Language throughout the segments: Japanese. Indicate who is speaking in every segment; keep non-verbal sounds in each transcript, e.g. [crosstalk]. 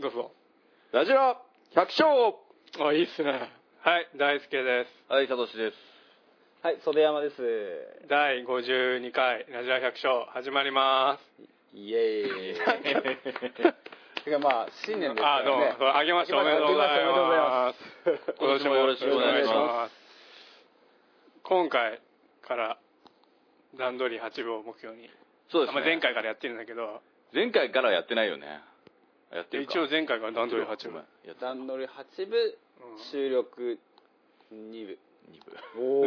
Speaker 1: どうぞ。
Speaker 2: ラジラ百姓
Speaker 1: あ、いいっすね。はい、大輔で
Speaker 2: はい、サトシです。
Speaker 3: はい、袖山です。
Speaker 1: す。第52回ラジラ百姓始まりま
Speaker 3: イエーイ。てか [laughs] まあ、新年です
Speaker 1: す。
Speaker 3: か
Speaker 1: あ、どう
Speaker 3: ら
Speaker 1: も
Speaker 3: ね。、
Speaker 1: あげましておめでとうございます。。
Speaker 2: おめでとうございます
Speaker 3: 今年もよろしくお願いします
Speaker 1: 今回から段取り8部を目標に。
Speaker 2: そうです
Speaker 1: ま
Speaker 2: ね。
Speaker 1: あ前。回からやってるんだけど、
Speaker 2: 前回からやってないよね。やってるか
Speaker 1: 一応前回から段取り8
Speaker 2: ご
Speaker 1: 部
Speaker 2: めん。やってた
Speaker 3: 段取り8部、
Speaker 1: うん
Speaker 3: 収録2部。
Speaker 2: 二
Speaker 4: [laughs]
Speaker 2: 部
Speaker 3: お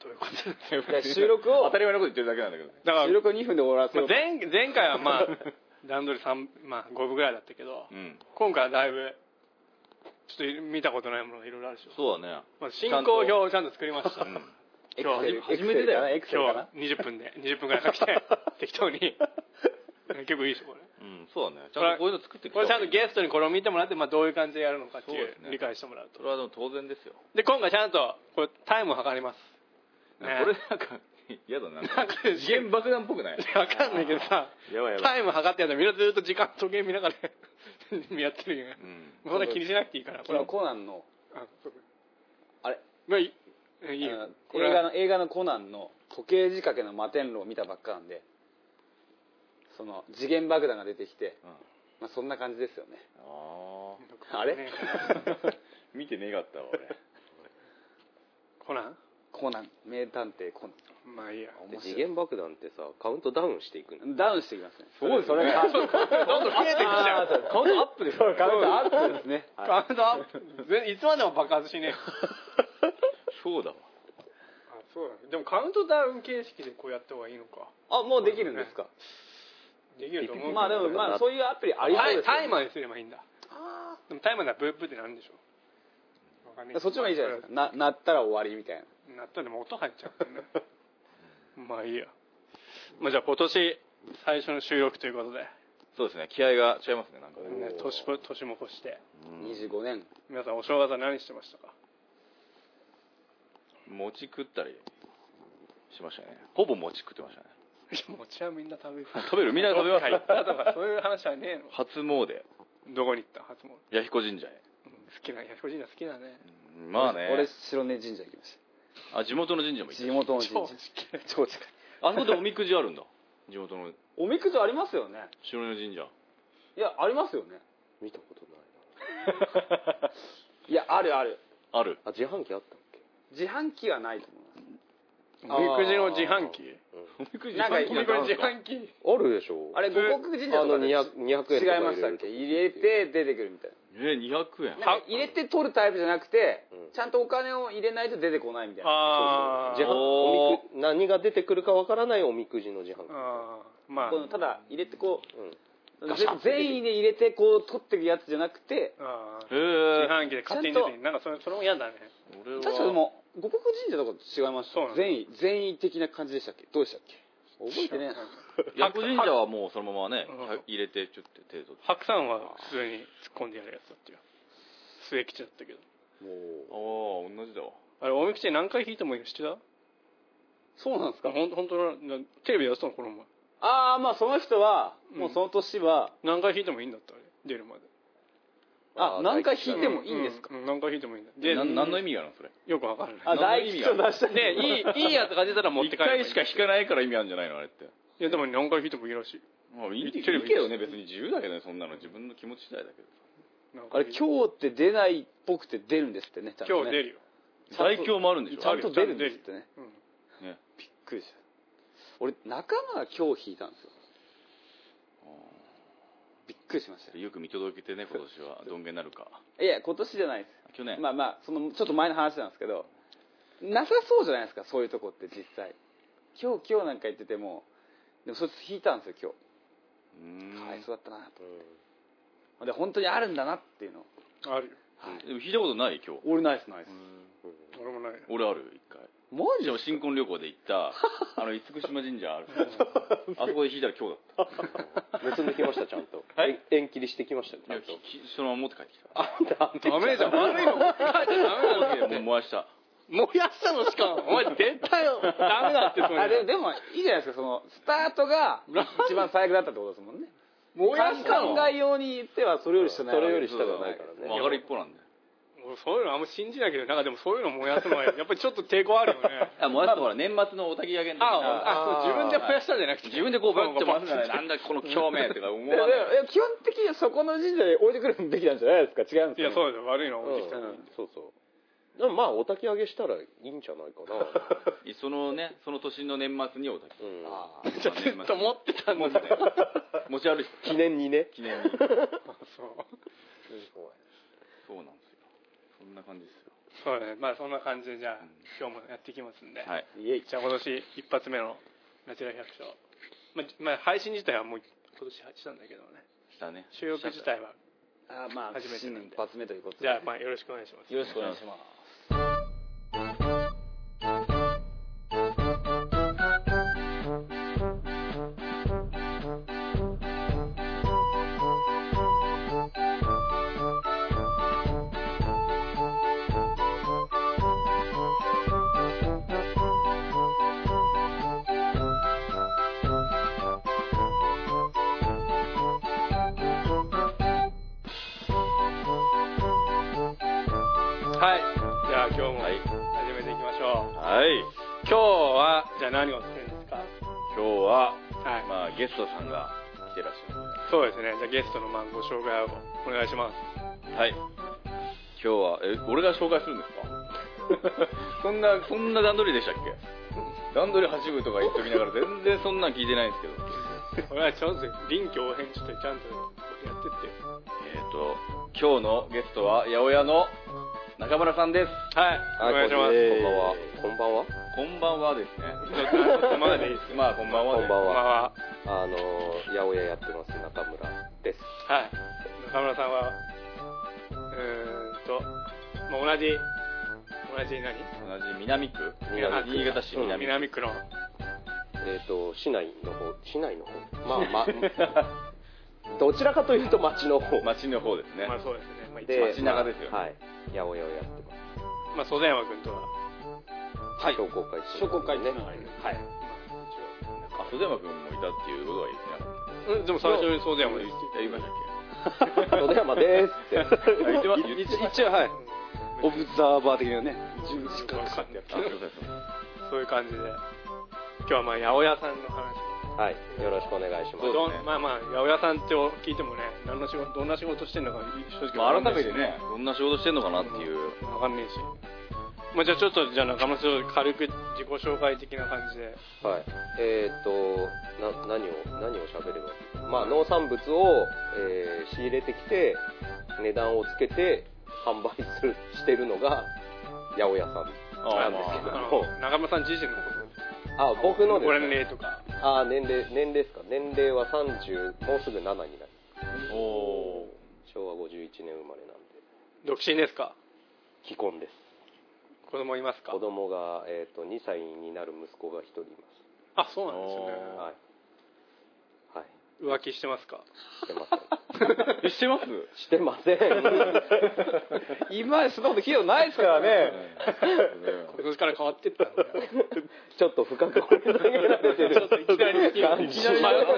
Speaker 1: ということで
Speaker 3: お。収録を、
Speaker 2: 当たり前のこと言ってるだけなんだけどね。
Speaker 1: だから
Speaker 3: 収録を2分で終わらせ
Speaker 1: ま
Speaker 3: よ
Speaker 1: あ
Speaker 3: うと。
Speaker 1: 前前回はまあ段取り3、まあ、5部ぐらいだったけど、
Speaker 2: うん。
Speaker 1: 今回はだいぶちょっと見たことないものがいろいろあるでしょ、
Speaker 2: そうだね。
Speaker 1: まあ、進行表をちゃんと作りました
Speaker 2: う
Speaker 1: 今
Speaker 2: ん。
Speaker 1: 今日
Speaker 3: エクセル、
Speaker 2: 初めてだよ
Speaker 3: エクセ
Speaker 1: 日
Speaker 3: ルかな
Speaker 1: は。20分で20分ぐらいかけ
Speaker 2: [laughs]
Speaker 1: て適当に結構いいでしょこれ
Speaker 2: うん、そうだね。ちゃんとこういうの作ってきた
Speaker 1: これちゃんとゲストにこれを見てもらって、まあ、どういう感じでやるのかってい
Speaker 2: そう
Speaker 1: う
Speaker 2: ですね
Speaker 1: 理解してもらうと
Speaker 2: それはでも当然ですよ。
Speaker 1: で今回ちゃんとこれタイムを測ります
Speaker 2: こ
Speaker 1: ね [laughs]
Speaker 2: れなんか、嫌だ
Speaker 1: な
Speaker 2: な。
Speaker 1: んか
Speaker 2: 次元爆弾っぽ
Speaker 1: [laughs]
Speaker 2: くない
Speaker 1: わかんないけどさ
Speaker 2: やばいやばい。
Speaker 1: タイム測ってやるのみんなずっと時間時計見ながら [laughs] やってるよね
Speaker 2: うん。
Speaker 1: もうそんな気にしなくていいからこ
Speaker 3: 昨
Speaker 1: れは
Speaker 3: 日コナンの、
Speaker 1: あそうか
Speaker 3: あれ、
Speaker 1: まあいいえいい
Speaker 3: あ
Speaker 1: よ
Speaker 3: の
Speaker 1: これ
Speaker 3: 映画の
Speaker 1: は
Speaker 3: 映画のコナンの時計仕掛けの摩天楼を見たばっかなんで、その次元爆弾が出てきて、
Speaker 2: うん
Speaker 3: まあそんな感じですよね。
Speaker 2: あ
Speaker 3: あれ
Speaker 1: ね
Speaker 2: ー [laughs] 見てねえかったわ、俺。
Speaker 1: コナン
Speaker 3: コナン、名探偵コナン。
Speaker 1: まあいいや
Speaker 3: 面白い
Speaker 4: 次元爆弾ってさカウントダウンしていくの
Speaker 3: ダウンしていきますね。すごい、そ [laughs] れが。
Speaker 1: どんどん増えてきちゃう
Speaker 3: カウントアップですよね。カウントアップですね。
Speaker 1: カウントアップ全いつまでも爆発しねえ
Speaker 2: そうだわ。
Speaker 1: あそうだねでもカウントダウン形式でこうやった方がいいのか
Speaker 3: あ、もうできるんですか。
Speaker 1: できると思うけど
Speaker 3: まあでも、まあそういうアプリありそう
Speaker 1: タイ
Speaker 3: ですよ
Speaker 1: タイマーにすればいいんだでもタイマーならブーブーってなるんでしょわかんねえ
Speaker 3: そっちもいいじゃないですか。な、なったら終わりみたいな。
Speaker 1: なったらでも音入っちゃうからねまあいいやまあじゃあ今年最初の収録ということで、
Speaker 2: そうですね。気合が違いますね、なんかね。
Speaker 1: ね、年も年も越して
Speaker 3: 25年。
Speaker 1: 皆さんお正月は何してましたか
Speaker 2: 餅食ったりしましたね。ほぼ餅食ってましたね。
Speaker 1: 餅はみんな食べる
Speaker 2: 食べるみんな食べます
Speaker 1: どっか行ったとかそういう話はねえ
Speaker 2: 初詣、
Speaker 1: のどこに行った初詣好
Speaker 2: 弥彦神社へ。
Speaker 1: きな弥彦神社好きだね
Speaker 2: うんまあね。
Speaker 3: 俺、白根神社行きまし
Speaker 2: あ、地元の神社も
Speaker 3: た。
Speaker 2: 行
Speaker 3: 地
Speaker 2: っ
Speaker 3: 元の
Speaker 1: 超
Speaker 3: 神
Speaker 1: 好き
Speaker 3: 社。超近い。
Speaker 2: た。あそこでおみくじあるんだ。地元の
Speaker 3: おみくじありますよね。
Speaker 2: 白根神社。
Speaker 3: いや、ありますよね。
Speaker 4: 見たことない
Speaker 3: いや、あるある。
Speaker 2: ある。
Speaker 4: なあ自販機あったっけ
Speaker 3: 自販機はないと思います。
Speaker 1: おみくじの自販機
Speaker 2: おみくじ
Speaker 3: なんか
Speaker 1: おみくじ自販機
Speaker 4: あるでしょ
Speaker 3: あれ、五穀神社
Speaker 4: あ
Speaker 3: とか
Speaker 4: の
Speaker 3: で違いまし
Speaker 4: 200 200円とか入れる
Speaker 3: たっけ入れて出てくるみたいな。
Speaker 2: え、200円。
Speaker 3: なんか入れて取るタイプじゃなくて、
Speaker 4: うん
Speaker 3: ちゃんとお金を入れないと出てこないみたいな。
Speaker 1: ああ
Speaker 4: 自販
Speaker 2: おー
Speaker 4: おみく何が出てくるかわからないおみくじの自販機
Speaker 1: あーまあ
Speaker 3: このただ入れてこ
Speaker 4: う
Speaker 3: う
Speaker 4: ん
Speaker 2: ガシャン
Speaker 3: ぜ善意で入れてこう取っていくやつじゃなくて
Speaker 1: あー
Speaker 2: へ
Speaker 1: 自販機
Speaker 2: え。
Speaker 1: で勝手に出てきてなんかそれそれも嫌だね
Speaker 2: 俺は
Speaker 3: 確かでも五穀神社とかと違いまし
Speaker 1: そうなの
Speaker 3: た善意善意的な感じでしたっけどうでしたっけ覚えてねえな
Speaker 2: 弥彦神社はもうそのままね
Speaker 1: うん、
Speaker 2: 100入れて、ちょっと手取って。
Speaker 1: 白山は普通に突っ込んでやるやつだっていう末吉だったけど
Speaker 2: ああ、同じだわ。
Speaker 1: あれおみくじ何回引いてもいいの知ってた
Speaker 3: そうなんですか
Speaker 1: ほん本当のテレビでやってたのこの前
Speaker 3: ああまあその人は
Speaker 1: うん
Speaker 3: もうその年は、
Speaker 1: 何回引いてもいいんだったあれ出るまで
Speaker 3: あ
Speaker 4: あー
Speaker 3: 何回引いてもいいんですか、
Speaker 1: か、うんうん何回引いてもいいんだ
Speaker 2: で、
Speaker 1: で
Speaker 2: な何の意味があるのそれ。
Speaker 1: よくわからない
Speaker 3: あ
Speaker 2: うん
Speaker 3: 大吉と出した
Speaker 1: でいいいいやつが出たら持って
Speaker 2: 1
Speaker 1: 帰ればいい
Speaker 2: 回しか引かないから意味あるんじゃないのあれって。
Speaker 1: いやでも何回引いてもいいらしい
Speaker 2: まあ、いい
Speaker 1: テ
Speaker 2: け
Speaker 1: レビ
Speaker 2: どね、別に自由だけどね、そんなの。自分の気持ち次第だけど。
Speaker 1: 何
Speaker 3: あ
Speaker 1: 回
Speaker 3: れ
Speaker 1: 引いても
Speaker 3: 今日って出ないっぽくて出るんですってねちゃんとね
Speaker 1: 今日出るよ
Speaker 3: ちゃんと
Speaker 2: 最強もあるんでしょ
Speaker 3: ちゃんと出るんですってね
Speaker 1: うん
Speaker 2: ね。
Speaker 3: びっくりした俺仲間が今日引いたんですよびっくりしましたよ
Speaker 2: よく見届けてね、今年は。どんげなるか。
Speaker 3: いや今年じゃないです
Speaker 2: 去年。
Speaker 3: まあまあそのちょっと前の話なんですけどなさそうじゃないですかそういうとこって実際今日今日なんか言っててもでもそいつ引いたんですよ
Speaker 2: うー
Speaker 3: 今
Speaker 2: ん
Speaker 3: 日かわいそうだったなと
Speaker 4: うん
Speaker 3: ほんで本当にあるんだなっていうの
Speaker 1: あるよ
Speaker 2: でも引いたことない今日
Speaker 3: 俺ナイスナイス
Speaker 1: 俺もないよ
Speaker 2: 俺あるよ一回
Speaker 3: マジ
Speaker 2: でも新婚旅行で行った [laughs] あの厳島神社あるあそこで引いたら今日だっ
Speaker 4: [laughs] 結んできましたちゃんと
Speaker 2: はい
Speaker 4: えん延期にしてきましたよち
Speaker 2: た [laughs]
Speaker 4: ゃ
Speaker 2: いや
Speaker 4: んと
Speaker 2: きそのまま持って帰ってきた
Speaker 4: あんたあんた
Speaker 1: ダメじゃん悪いの持って帰っちゃダメだよ
Speaker 2: もう燃やした
Speaker 1: 燃やしたのしかお前絶対ダメだってそれ
Speaker 3: あででもいいじゃないですかそのスタートが一番最悪だったってことですもんね燃や
Speaker 2: す
Speaker 3: 考
Speaker 2: かの
Speaker 3: えように言ってはそれより下ない
Speaker 4: それより下がないから
Speaker 2: まあ上
Speaker 4: ね
Speaker 2: がる一方なんで
Speaker 1: 俺そういうのあんま信じないけどなんかでもそういうの燃やすのはやっぱりちょっと抵抗あるよね
Speaker 2: あ燃やすとほら年末のおたき上げの時に
Speaker 1: ああ
Speaker 4: あ
Speaker 1: そう自分で燃やしたんじゃなくて
Speaker 2: 自分でこうバッて回す
Speaker 1: じゃ
Speaker 2: な
Speaker 1: な
Speaker 2: ら
Speaker 1: い
Speaker 2: なんだこの表面とか思
Speaker 3: いや
Speaker 2: わない
Speaker 3: いや基本的にはそこの神社で置いてくるべきなんじゃないですか違うんです
Speaker 1: い
Speaker 3: か
Speaker 1: やそうですよ悪いの
Speaker 4: う
Speaker 1: お
Speaker 4: ん
Speaker 1: じきさんに
Speaker 4: そうそうでもまあお焚き上げしたらいいんじゃないか
Speaker 2: [laughs]
Speaker 4: な
Speaker 2: そのねその年の年末におたき
Speaker 4: うん
Speaker 3: あ
Speaker 1: じゃあずっと持ってたんだね
Speaker 2: 持ち歩いて
Speaker 4: 記念にね
Speaker 2: 記念に
Speaker 1: そう
Speaker 2: そうなんですよそんな感じですよ
Speaker 1: そうだねまあそんな感じでじゃあ今日もやっていきますんで、
Speaker 2: はい
Speaker 3: ーイエイ
Speaker 1: じゃあ今年一発目の「ナチュラル百姓」まあじまあ、配信自体はもう今年したんだけどね
Speaker 2: したね
Speaker 1: 収録自体は
Speaker 3: あーまあ
Speaker 1: 初めて
Speaker 3: 新
Speaker 1: なん
Speaker 3: 年
Speaker 1: で
Speaker 3: 一発目ということで
Speaker 1: じゃあまあよろしくお願いします
Speaker 3: よろしくお願いします
Speaker 1: はいじゃあ今日も
Speaker 2: はい
Speaker 1: 始めていきましょう、
Speaker 2: はい
Speaker 1: 今日はじゃあ何をするんですか
Speaker 2: 今日は
Speaker 1: はい、
Speaker 2: まあゲストさんが来てらっしゃるの
Speaker 1: そうですねじゃあゲストのまあご紹介をお願いします
Speaker 2: ではい今日はえ俺が紹介するんで
Speaker 1: [laughs]
Speaker 2: すかそんなそんな段取りでしたっけ段取り8分とか言っときながら全然そんなん聞いてないんですけど
Speaker 1: 俺はちょっと臨機応変ちょっとちゃんとやってってよ
Speaker 2: えっ、と今日のゲストは八百屋の中村さんです
Speaker 1: はいお願いします
Speaker 2: え
Speaker 4: こんばんはこんばん
Speaker 2: こんばんは
Speaker 4: は
Speaker 2: ですね
Speaker 1: ちょっとここまででいいです
Speaker 2: [laughs] まあこんばんは、ね、
Speaker 4: こんばんは
Speaker 1: まあ
Speaker 4: あのー八百屋やってます中村です
Speaker 1: はい中村さんはうーんと、まあ、同じ同じ何
Speaker 2: 同じ南区
Speaker 1: 南区
Speaker 2: 新潟市南区、
Speaker 1: 南区の
Speaker 4: えっ、と市内の方市内の方ま
Speaker 2: [laughs]
Speaker 4: あまあどちらかというと町の方
Speaker 2: [laughs] 町の方ですね、
Speaker 1: まあそうですね、まあ、一
Speaker 4: で
Speaker 2: 町中ですよね
Speaker 4: はい八百屋をやってます
Speaker 1: まあ、曽田山君とは
Speaker 4: はい。商工会
Speaker 3: 商工会
Speaker 4: ね。
Speaker 1: はい、
Speaker 2: あ袖山君もいたっていうことは言ってなかっ
Speaker 1: うん、でも最初に曽田
Speaker 2: た
Speaker 1: 山で
Speaker 2: 言いましたっ
Speaker 4: 野山です
Speaker 2: け
Speaker 3: [laughs]
Speaker 4: って。
Speaker 2: あ言ってま言って
Speaker 3: 一応はいオブザーバー的なね
Speaker 1: [laughs]
Speaker 2: あそうそうそう
Speaker 1: そういう感じで今日はまあ八百屋さんの話
Speaker 4: はい。よろしくお願いします。
Speaker 2: そうです
Speaker 1: どん
Speaker 2: ね
Speaker 1: まあまあ八百屋さんって聞いてもね何の仕事どんな仕事してんのか正直
Speaker 2: まあ
Speaker 1: わかんな
Speaker 2: 改
Speaker 1: い
Speaker 2: め
Speaker 1: して
Speaker 2: ねどんな仕事してんのかなっていう、
Speaker 1: わかんねえし、まあ、じゃあちょっとじゃあ中村さん軽く自己紹介的な感じで
Speaker 4: はい。えっ、と、な、何を、何を喋れば。まあ、農産物を、えー仕入れてきて、値段をつけて、販売する、してるのが、八百屋さん。
Speaker 2: ああ
Speaker 4: なんですけ
Speaker 1: あ
Speaker 4: ど
Speaker 2: まあ
Speaker 1: の中村さん自身のこ
Speaker 4: あ、僕の
Speaker 1: と
Speaker 4: です
Speaker 1: ご
Speaker 4: ね
Speaker 1: 年齢とか
Speaker 4: あ、年齢、年齢ですか。年齢は30、もうすぐ7になる。
Speaker 2: おお
Speaker 4: 昭和51年生まれなんで。
Speaker 1: 独身ですか
Speaker 4: 既婚です。
Speaker 1: 子供いますか
Speaker 4: 子供が、えっ、と、2歳になる息子が一人います。
Speaker 1: あそうなんです
Speaker 4: はい。はい。
Speaker 1: よね浮気してますか
Speaker 4: してません。
Speaker 2: ーしてます
Speaker 4: してません。
Speaker 3: 今までそんなこと聞いたことないですか
Speaker 1: [laughs]
Speaker 3: らね
Speaker 1: 今年から変わってったんだね
Speaker 4: ちょっと深く掘り下げられてる。
Speaker 1: ちょっといきなりいきなり
Speaker 2: まあなんか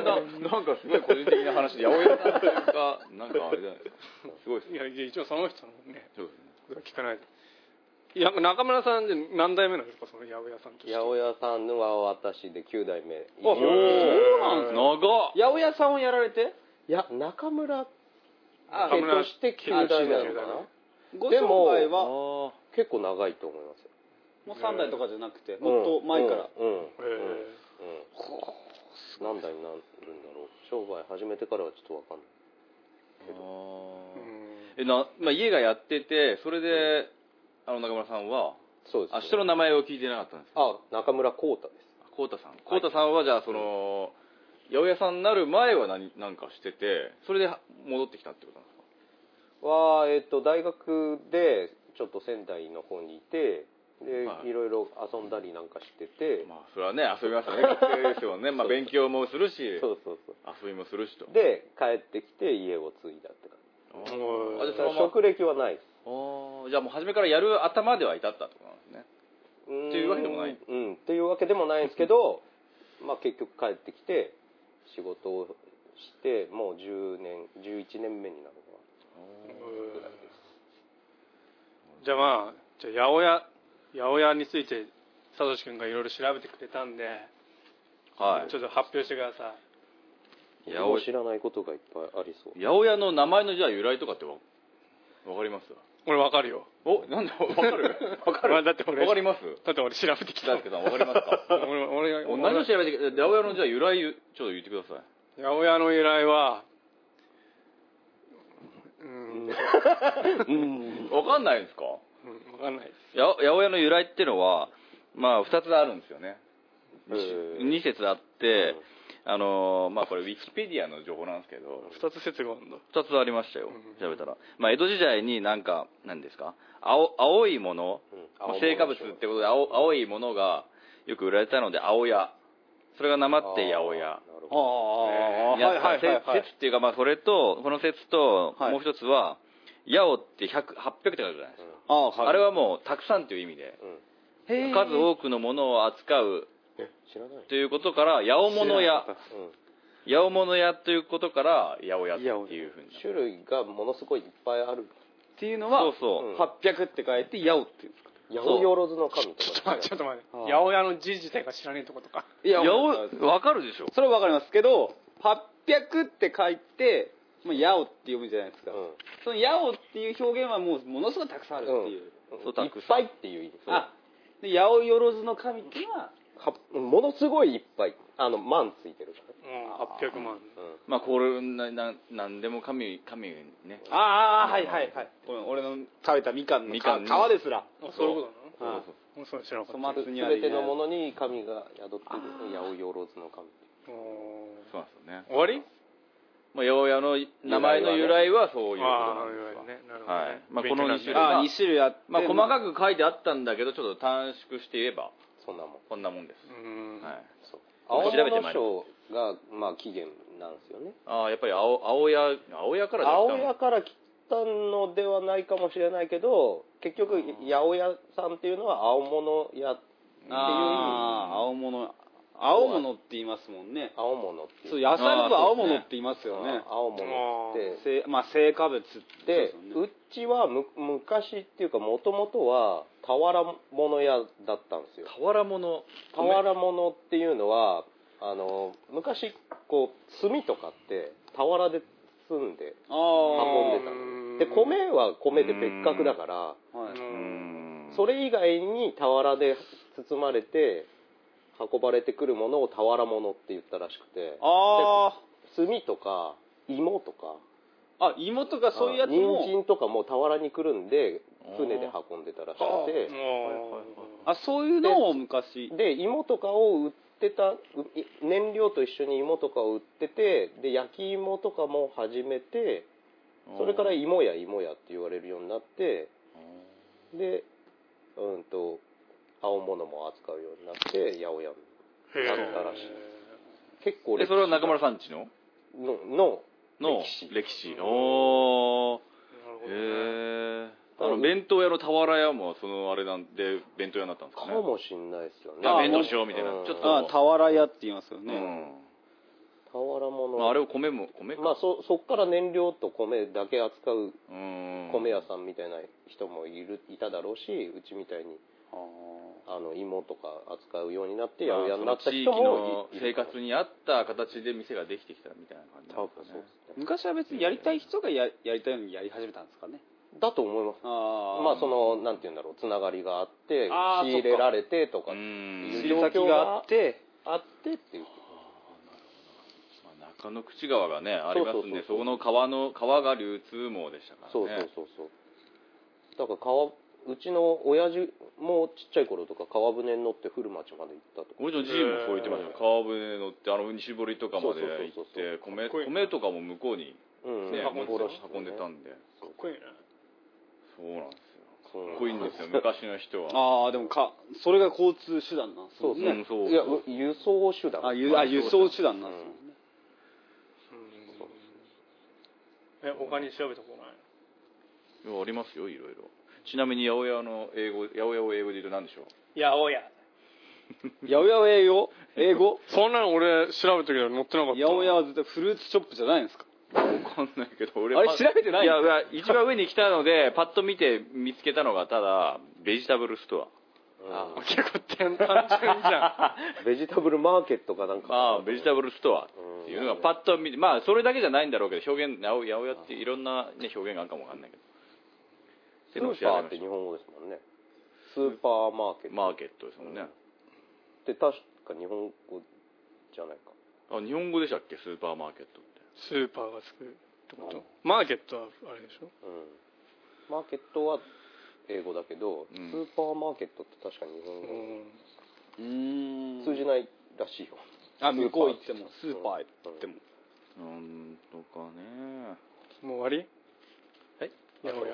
Speaker 2: なんかすごい個人的な話で八百屋さんというかなんかあれじゃないですかすごいです
Speaker 1: い
Speaker 2: ね
Speaker 1: やいや一応その人のね
Speaker 2: そうですね
Speaker 1: 聞かないといや中村さんで何代目なんですかその八百屋さんとして
Speaker 4: 八百屋さんは私で9代目。
Speaker 1: おそ
Speaker 4: い
Speaker 1: うなん
Speaker 2: 長っ
Speaker 3: 八百屋さんをやられて
Speaker 4: や、中村
Speaker 3: あ
Speaker 1: 中
Speaker 4: 家
Speaker 1: 村
Speaker 4: として9代目なのか
Speaker 1: あ
Speaker 3: ご商売は
Speaker 2: あ
Speaker 4: な結構長いと思いますよ。
Speaker 3: もう3代とかじゃなくてもっと前から、
Speaker 4: うん。うん。うん
Speaker 1: へえ
Speaker 4: うん何代になるんだろう。商売始めてからはちょっとわかんない。
Speaker 1: うん
Speaker 2: ーえな、まあ、家がやっててそれであの中村さんは
Speaker 4: そうです、
Speaker 2: あ下の名前を聞いてなかったんです
Speaker 4: あ、中村光太です。
Speaker 2: 浩太さん浩太さんはじゃあその八百屋さんになる前は何なんかしててそれで戻ってきたってことなんですか
Speaker 4: は、えっと大学でちょっと仙台の方にいてで、
Speaker 2: はい
Speaker 4: い、ろいろ遊んだりなんかしてて、
Speaker 2: まあそれはね遊びますよね学生です [laughs] よね、まあ、勉強もするし遊
Speaker 4: そうそうそ
Speaker 2: びもするしと
Speaker 4: うで帰ってきて家を継いだって感
Speaker 2: あー
Speaker 1: おー
Speaker 2: あじゃあ
Speaker 4: じ
Speaker 2: そのまま
Speaker 4: 職歴はないです
Speaker 2: あーじゃあもう初めからやる頭では至ったってことなんですね
Speaker 4: うーん
Speaker 2: っていうわけでもない
Speaker 4: [laughs] うんっていうわけでもないんですけどまあ結局帰ってきて仕事をしてもう10年11年目になるのぐらいです
Speaker 1: じゃあまあじゃあ八百屋八百屋についてさとし君がいろいろ調べてくれたんで、
Speaker 2: はい
Speaker 1: ちょっと発表してください
Speaker 2: 八
Speaker 4: 僕も
Speaker 2: 百
Speaker 4: 知らないことがいっぱいありそう
Speaker 2: 八百屋の名前のじゃあ由来とかってわわかります
Speaker 1: 俺わかるよ
Speaker 2: おなんだわかる [laughs] わ
Speaker 1: まあだって俺
Speaker 2: わかります
Speaker 1: だって俺調べてきた
Speaker 2: 大輔さんわかりますか
Speaker 1: 俺俺
Speaker 2: お何を調べて八百屋のじゃあ由来ちょっと言ってください
Speaker 1: 八百屋の由来はうん、うん、わ
Speaker 2: わかんないですか
Speaker 1: かんないです
Speaker 2: や八百屋の由来ってのはまあ2つあるんですよね
Speaker 4: えー
Speaker 2: 2説あってあのーまあこれウィキペディアの情報なんですけど
Speaker 1: 二つ説があるんだ
Speaker 2: 2つありましたよ
Speaker 1: うん
Speaker 2: 調べたら、まあ、江戸時代になんか何ですか青青いもの、
Speaker 4: うん
Speaker 2: まあ成果物ってことで青青いものがよく売られたので青屋それがなまって八百屋
Speaker 4: なるほど
Speaker 1: あ
Speaker 2: やった
Speaker 1: はいはいはいはい
Speaker 2: 説説っていうか、まあ、それとこの説と
Speaker 1: はい
Speaker 2: もう一つは「八尾」って100 800って書いてあるじゃないですか、
Speaker 1: ああはい
Speaker 2: あれはもうたくさんという意味で
Speaker 4: うん
Speaker 2: 数多くのものを扱う
Speaker 4: え知らない
Speaker 2: ということから八百物屋
Speaker 4: うん
Speaker 2: 八百物屋ということから八百屋っていうふうに
Speaker 4: 種類がものすごいいっぱいある
Speaker 3: っていうのは
Speaker 2: そうそう、
Speaker 4: うん
Speaker 3: 800って書いて「やお」って言うんですか
Speaker 4: 八百万の神
Speaker 1: ちょっ
Speaker 4: と
Speaker 1: と
Speaker 4: か
Speaker 1: 待ってちょっと待って
Speaker 3: あ
Speaker 1: 八
Speaker 3: あ
Speaker 1: 百屋の字自体が知らねえとことか
Speaker 3: いや
Speaker 2: 八百わかるでしょ
Speaker 3: それはわかりますけど800って書いて「まあ、やお」って読むじゃないですか、
Speaker 4: うん
Speaker 3: その「やお」っていう表現はもうものすごいたくさんあるっていう、
Speaker 2: そう
Speaker 4: い
Speaker 2: た
Speaker 4: っ
Speaker 2: くさ
Speaker 4: ぱいっていう意味
Speaker 3: あで「やおよろずの神」っていうのは
Speaker 4: はものすごいいっぱいあの万ついてるか
Speaker 1: うん800万
Speaker 4: らね、
Speaker 2: んまあこれなななんでも神神ね
Speaker 3: ああはいはいはいごめん俺の食べたみかんの
Speaker 2: みかんね
Speaker 3: 皮ですら
Speaker 1: あそういうことな
Speaker 3: あ
Speaker 1: のうんそう知らなかっ
Speaker 3: 粗
Speaker 1: た
Speaker 3: 末
Speaker 4: うん、
Speaker 3: にある
Speaker 4: 全てのものに神が宿ってる八百万の神
Speaker 1: おー
Speaker 2: そうなんですよね
Speaker 1: 終わり
Speaker 2: まあ、八百屋の名前の由来はそういうこと
Speaker 1: ああ
Speaker 2: なん
Speaker 1: い
Speaker 2: で
Speaker 1: わ
Speaker 2: す
Speaker 1: ゆ
Speaker 2: わ
Speaker 1: るねなるほどね
Speaker 2: はいまあ、こ
Speaker 1: 勉強に
Speaker 2: の
Speaker 1: な
Speaker 2: 2
Speaker 1: る
Speaker 2: 種類
Speaker 3: ああ2種類あって
Speaker 2: まあ、細かく書いてあったんだけどちょっと短縮して言えば
Speaker 4: そんなもん
Speaker 2: こんなもんです、
Speaker 1: うん
Speaker 2: はい、
Speaker 4: そう
Speaker 2: 僕
Speaker 4: 青
Speaker 2: 調べてま
Speaker 4: 物
Speaker 2: いり
Speaker 4: 賞がまあ起源なんですよね
Speaker 2: ああやっぱり青青屋青屋から
Speaker 4: 青
Speaker 2: で
Speaker 4: 屋から来たのではないかもしれないけど結局八百屋さんっていうのは青物屋
Speaker 3: ああ青物青物って言いますもんね
Speaker 4: 青物っていう
Speaker 3: そう野菜部は青物って言いますよね
Speaker 4: あ青物って
Speaker 3: せまあ成果物って
Speaker 4: で
Speaker 3: そう
Speaker 4: うちはむ昔っていうかもともとは俵物屋だったんですよ
Speaker 2: 俵物
Speaker 4: 俵物っていうのはあの昔こう炭とかって俵で積んで運んでたので米は米で別格だから
Speaker 3: あーはいう
Speaker 2: うんん
Speaker 4: それ以外に俵で包まれて運ばれてくるものを俵物って言ったらしくて
Speaker 3: あ
Speaker 4: 炭とか芋とか
Speaker 3: ああ芋とかそういうやつ
Speaker 4: 人
Speaker 3: も
Speaker 4: 参とかも俵にくるんで船で運んでたらしくて
Speaker 3: あそういうのを昔
Speaker 4: で芋とかを売ってたうい燃料と一緒に芋とかを売っててで焼き芋とかも始めてそれから芋や芋やって言われるようになってでうんと青物も扱うようになって八百屋
Speaker 1: へえ
Speaker 4: だったらしい結構
Speaker 2: で
Speaker 4: 歴史
Speaker 2: それは中村さんちの
Speaker 4: のの
Speaker 2: の
Speaker 4: 歴史
Speaker 2: 歴史おお
Speaker 1: なる
Speaker 2: へえあの弁当屋の俵屋もそのあれなんで弁当屋になったんです
Speaker 4: か
Speaker 2: かね
Speaker 4: もしんないですよね
Speaker 2: じゃあ弁当しようみたいな
Speaker 4: うん
Speaker 2: ちょっと
Speaker 3: ああ俵屋って言いますよ
Speaker 2: う
Speaker 3: ね
Speaker 2: ん
Speaker 4: 俵物
Speaker 2: まあ、あれを米も米か、
Speaker 4: まあそそっから燃料と米だけ扱う
Speaker 2: うん
Speaker 4: 米屋さんみたいな人もいるいただろうしうちみたいに
Speaker 3: あ
Speaker 4: あの芋とか扱うようになって八
Speaker 2: まあ
Speaker 4: 百屋になった
Speaker 2: その地
Speaker 4: 人
Speaker 2: 域
Speaker 4: も
Speaker 2: の
Speaker 4: いい
Speaker 2: 生
Speaker 4: るから
Speaker 2: 活に合った形で店ができてきたみたいな感じな
Speaker 4: 多
Speaker 2: ん
Speaker 4: 分
Speaker 2: です
Speaker 4: そ
Speaker 2: かね
Speaker 4: うです
Speaker 3: ー
Speaker 4: ね
Speaker 3: 昔は別にやりたい人がややりたいようにやり始めたんですかね
Speaker 4: だと思います
Speaker 3: ああ
Speaker 4: まあそのなんて言うんだろうつながりがあって
Speaker 3: あー
Speaker 4: 仕入れられてとか
Speaker 2: う
Speaker 4: い
Speaker 2: ん
Speaker 4: う
Speaker 3: 釣り先があって
Speaker 4: あってっていう
Speaker 2: まあ中野口川がねありますんで
Speaker 4: そうそ
Speaker 2: そこ
Speaker 4: うそうそう
Speaker 2: の川の川が流通網でしたからね
Speaker 4: そうそうそうそうだから川うちの親父もちっちゃい頃とか川船に乗って古町まで行ったとか
Speaker 2: 俺のじいもそう言ってましたよ
Speaker 4: へー
Speaker 2: 川舟乗ってあの西堀とかまで
Speaker 4: そう
Speaker 2: 行
Speaker 4: そうそう
Speaker 2: っ
Speaker 4: そ
Speaker 2: て
Speaker 4: う
Speaker 1: か
Speaker 2: 米
Speaker 1: っこいい
Speaker 2: 米とかも向こうに
Speaker 4: うん
Speaker 2: ね
Speaker 1: 運んでたよ
Speaker 2: 運んでたんで
Speaker 1: ほどかっこいいね
Speaker 2: そうなんですよ
Speaker 4: そう
Speaker 2: かっこいいんですよ昔の人は
Speaker 3: ああでもかそれが交通手段なんです
Speaker 4: そ
Speaker 3: も
Speaker 4: うんそ
Speaker 2: んそう
Speaker 3: ね
Speaker 4: ういやう輸送手段
Speaker 3: あゆあ輸送手段なんですもんね
Speaker 1: うんえ他に調べたことない
Speaker 2: いやありますよいろいろちなみに八百屋の英語八百屋を英語で言うと何でしょう
Speaker 1: 八百屋
Speaker 3: やおやお英語英語
Speaker 1: そんなの俺調べたけど載ってなかった
Speaker 3: やおやは絶対フルーツチョップじゃないんですか
Speaker 2: わかんないけど俺
Speaker 3: あれ
Speaker 2: パッ
Speaker 3: 調べてない
Speaker 2: いやいや一番上に来たのでパッと見て見つけたのがただベジタブルスト
Speaker 4: あ
Speaker 1: 結構単純じゃ
Speaker 4: ーベジタブルマーケットかなんか
Speaker 2: アああベジタブルストアっていうのがパッと見てまあそれだけじゃないんだろうけど表現なおやおやっていろんな、ね、表現があるかもわかんないけど
Speaker 4: スーパーって日本語ですもんねスーパーマーケット
Speaker 2: マーケットですもんね、
Speaker 4: って確か日本語じゃないか
Speaker 2: あ日本語でしたっけスーパーマーケットって
Speaker 1: んスーパーがつくってことマーケットはあれでしょ
Speaker 4: うんマーケットは英語だけど、
Speaker 2: うん
Speaker 4: スーパーマーケットって確かに日
Speaker 1: う
Speaker 4: 本語
Speaker 1: ん
Speaker 3: うーん
Speaker 4: 通じないらしいよ、
Speaker 3: あ向こう行ってもスーパー行っても
Speaker 2: うんとかね
Speaker 1: もう終わり
Speaker 2: はい
Speaker 1: やお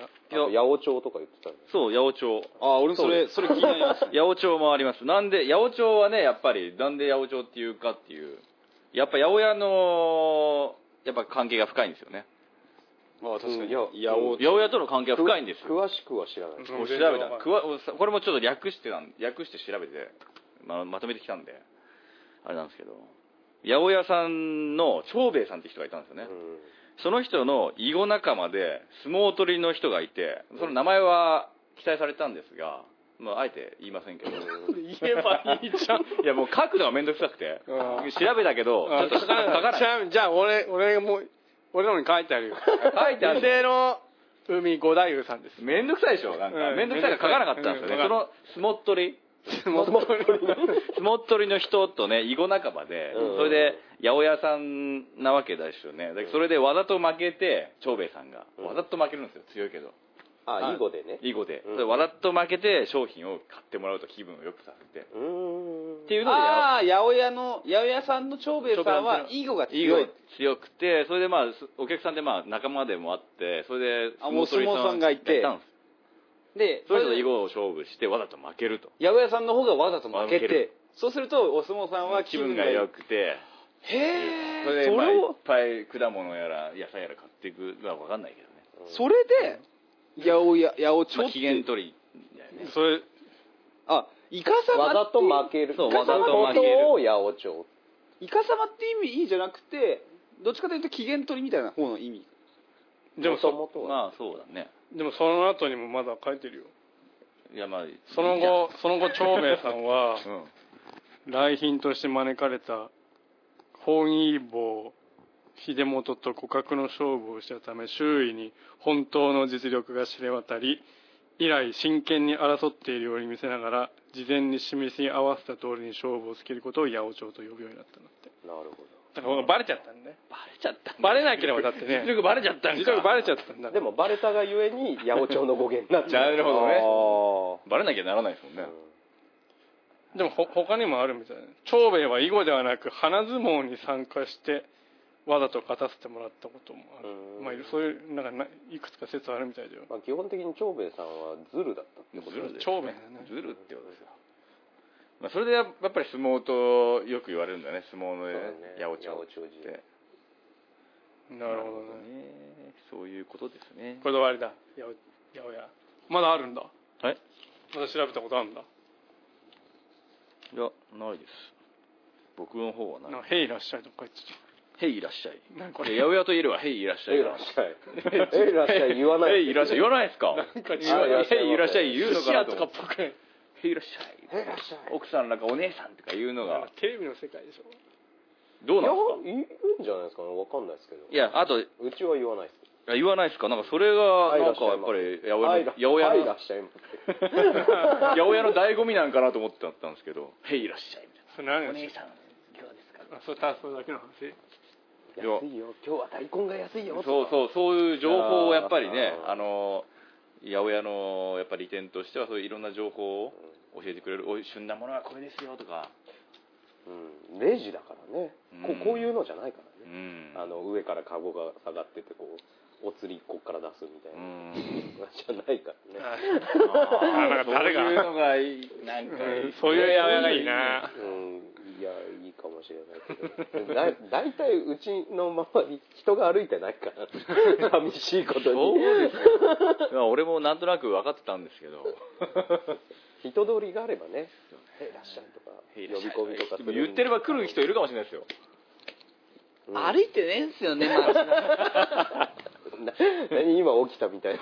Speaker 1: や
Speaker 4: あと八百長とか言ってたよね
Speaker 2: そう八百長
Speaker 3: あ俺もそれそれ気になります
Speaker 2: [laughs] 八百長もありますなんで八百長はねやっぱりなんで八百長っていうかっていうやっぱ八百屋のやっぱ関係が深いんですよね
Speaker 3: あ確か
Speaker 4: うん
Speaker 3: に
Speaker 4: いや
Speaker 3: やお
Speaker 2: 八百屋との関係が深いんですよ
Speaker 4: 詳しくは知らない、
Speaker 1: うん
Speaker 2: こう調べたくわこれもちょっと略してなん略して調べてままとめてきたんであれなんですけど八百屋さんの長兵衛さんって人がいたんですよね、
Speaker 4: うん
Speaker 2: その人の囲碁仲間で相撲取りの人がいてその名前は期待されたんですが、まあ、あえて言いませんけど
Speaker 1: 言えばいいじゃん
Speaker 2: [laughs] いやもう書くのが面倒くさくて
Speaker 1: うん
Speaker 2: 調べたけどちょっと書か書かない
Speaker 1: いじゃあ俺俺も俺のに [laughs] 書いてあるよ
Speaker 2: 書いてある
Speaker 1: 店の海五太夫さんです
Speaker 2: 面倒くさいでしょなんか
Speaker 1: うん
Speaker 2: 面倒くさいから書かなかったんですよね
Speaker 1: う
Speaker 2: そ
Speaker 1: ん
Speaker 2: の相撲取り
Speaker 1: もと
Speaker 2: 相撲取りの人とね囲碁仲間で
Speaker 4: うん
Speaker 2: それで八百屋さんなわけだしよねだからそれでわざと負けて長兵衛さんが
Speaker 4: うん
Speaker 2: わざと負けるんですよ強いけど
Speaker 4: あ囲碁でね
Speaker 2: 囲碁で
Speaker 4: うん
Speaker 2: それでわざと負けて商品を買ってもらうと気分を良くさせて
Speaker 4: うーん
Speaker 2: っていうのでや
Speaker 3: ああ八百屋の八百屋さんの長兵衛さんは囲碁が
Speaker 2: 囲
Speaker 3: 強
Speaker 2: 碁
Speaker 3: い
Speaker 2: 強くてそれでまあすお客さんでまあ仲間でもあってそれで
Speaker 3: あもう相撲さんがいて
Speaker 2: たんです
Speaker 3: で
Speaker 2: それぞれ囲碁を勝負してわざと負けると
Speaker 3: 八百屋さんの方がわざと負け
Speaker 2: 負け
Speaker 3: て
Speaker 2: る
Speaker 3: そうするとお相撲さんは気
Speaker 2: 気
Speaker 3: 分
Speaker 2: 分
Speaker 3: が
Speaker 2: が
Speaker 3: 良
Speaker 2: 良
Speaker 3: く
Speaker 2: くて
Speaker 3: へえ
Speaker 2: そ
Speaker 3: そ
Speaker 2: れ
Speaker 3: れ
Speaker 2: でまあい
Speaker 3: を
Speaker 2: っぱい果物やら野菜やら買っていくのは分かんないけどね、
Speaker 3: それで八百屋八百長
Speaker 2: まあ、
Speaker 3: っ
Speaker 2: 機
Speaker 3: て
Speaker 2: 嫌
Speaker 3: いう
Speaker 2: 取りだよね
Speaker 1: それ
Speaker 3: あイカ様
Speaker 4: わざと負
Speaker 3: け
Speaker 4: ける
Speaker 2: そう
Speaker 4: わざと負けるを八百長
Speaker 3: イカ様って意味じゃなくてどっちかというと機嫌取りみたいな方の意味
Speaker 1: でも
Speaker 4: と
Speaker 1: そ
Speaker 4: もとは
Speaker 2: まあそうだね
Speaker 1: でもその後にもまだ書いてるよ
Speaker 2: いやまあ
Speaker 1: その
Speaker 2: いいじゃん
Speaker 1: 後その後長兵衛さんは
Speaker 2: うん
Speaker 1: 来賓として招かれた本意坊秀元と互角の勝負をしたため周囲に本当の実力が知れ渡り以来真剣に争っているように見せながら事前に示し合わせた通りに勝負をつけることを八百長と呼ぶようになったんだって
Speaker 4: なるほ
Speaker 1: だからバレちゃったんだね
Speaker 2: バレちゃったんだ
Speaker 1: バレなければだってね
Speaker 2: 実力バレちゃったんか
Speaker 1: 実力バレちゃったんだ
Speaker 4: どでもバレたがゆえに八百長の語源になっちゃう
Speaker 2: なるほどね
Speaker 4: ど
Speaker 2: バレなきゃならないですもんね、
Speaker 1: でもほ他にもあるみたいな長兵衛は囲碁ではなく花相撲に参加してわざと勝たせてもらったこともある
Speaker 4: うん
Speaker 1: まあそういうなんかないくつか説あるみたいだよ
Speaker 4: まあ、基本的に長兵衛さんはズルだったってこと
Speaker 2: ズルです
Speaker 1: 長兵衛だね
Speaker 2: ズルってことですよ、まあ、それでやっぱり相撲とよく言われるんだね相撲のね八百長
Speaker 4: 長寺
Speaker 2: って
Speaker 1: なるほどね
Speaker 2: ねそういうことですね
Speaker 1: これで終わりだやおやおやまだあるんだ
Speaker 2: はい
Speaker 1: まだ調べたことあるんだ
Speaker 2: いやないです僕の方は
Speaker 1: なん
Speaker 2: ない
Speaker 1: か「へいいらっしゃい」とか言って
Speaker 2: 「へいいらっしゃい」
Speaker 1: たなんか
Speaker 2: こ
Speaker 1: こ
Speaker 2: れ
Speaker 1: れ
Speaker 2: 八百屋といえば「へいいらっしゃ
Speaker 4: え
Speaker 2: い」
Speaker 4: いらっしゃい。えいらっしゃい言わない。
Speaker 2: へいいらっしゃい言わないですか
Speaker 1: なんか違う
Speaker 2: あへいいらっしゃい言うの
Speaker 1: 寿司屋
Speaker 2: かな
Speaker 1: と
Speaker 2: と
Speaker 1: か
Speaker 2: 思
Speaker 1: っ
Speaker 2: っ
Speaker 1: ぽくない
Speaker 2: てへいいらっしゃい
Speaker 4: えいらっしゃい。
Speaker 2: 奥さんなんかお姉さんとか言うの
Speaker 1: なん
Speaker 2: が
Speaker 1: かテレビの世界でしょ
Speaker 2: どう
Speaker 4: いや
Speaker 2: なんですか
Speaker 4: 言うんじゃないですかね。わかんないですけど。
Speaker 2: いやあと
Speaker 4: うちは言わないです。
Speaker 2: あ言わないですかなんかそれがなんかやっぱり八
Speaker 4: あい
Speaker 2: 百
Speaker 4: ら
Speaker 2: 屋
Speaker 4: あ
Speaker 2: の
Speaker 4: いらっしゃいます。
Speaker 2: [laughs] 八百屋の醍醐味なんかなと思ってたんですけど「へいいらっしゃい」みたい
Speaker 1: それ何
Speaker 2: な「お
Speaker 1: の
Speaker 2: 姉
Speaker 1: 話
Speaker 2: さん今日ですか?」
Speaker 1: あそれたそれだけの話
Speaker 2: いや
Speaker 4: 安いよ。今日は大根が安いよ。
Speaker 2: そうそうそういう情報をやっぱりね
Speaker 4: あー
Speaker 2: あの八百屋のやっぱり利点としてはそういういろんな情報を教えてくれる「おい旬なものはこれですよ」とか
Speaker 4: う。うん。レジだからね。こ
Speaker 2: うん
Speaker 4: うこういうのじゃないから
Speaker 2: う
Speaker 4: ね。
Speaker 2: ん
Speaker 4: あの上からカゴが下がっててこうお釣りこっから出すみたいうな。
Speaker 2: ん
Speaker 4: じゃないからね。
Speaker 1: あ
Speaker 2: [laughs] あ
Speaker 1: なんか誰が
Speaker 2: そういうのがいいなんか
Speaker 1: うんそういう八百屋がいいな
Speaker 4: うん。いやいいかもしれないけど。だだいたいうちの周り人が歩いてない
Speaker 2: [laughs]
Speaker 4: から。寂しいこと
Speaker 2: そ
Speaker 4: に
Speaker 2: う。ですよまあ俺もなんとなく分かってたんですけど
Speaker 4: 人通りがあればね「へいらっしゃい」とか
Speaker 2: 「呼
Speaker 4: び込みとかする
Speaker 2: 言ってれば来る人いるかもしれないですよ
Speaker 4: うん
Speaker 5: 歩いてねえんすよね、まあ、
Speaker 4: な何今起きたみたいな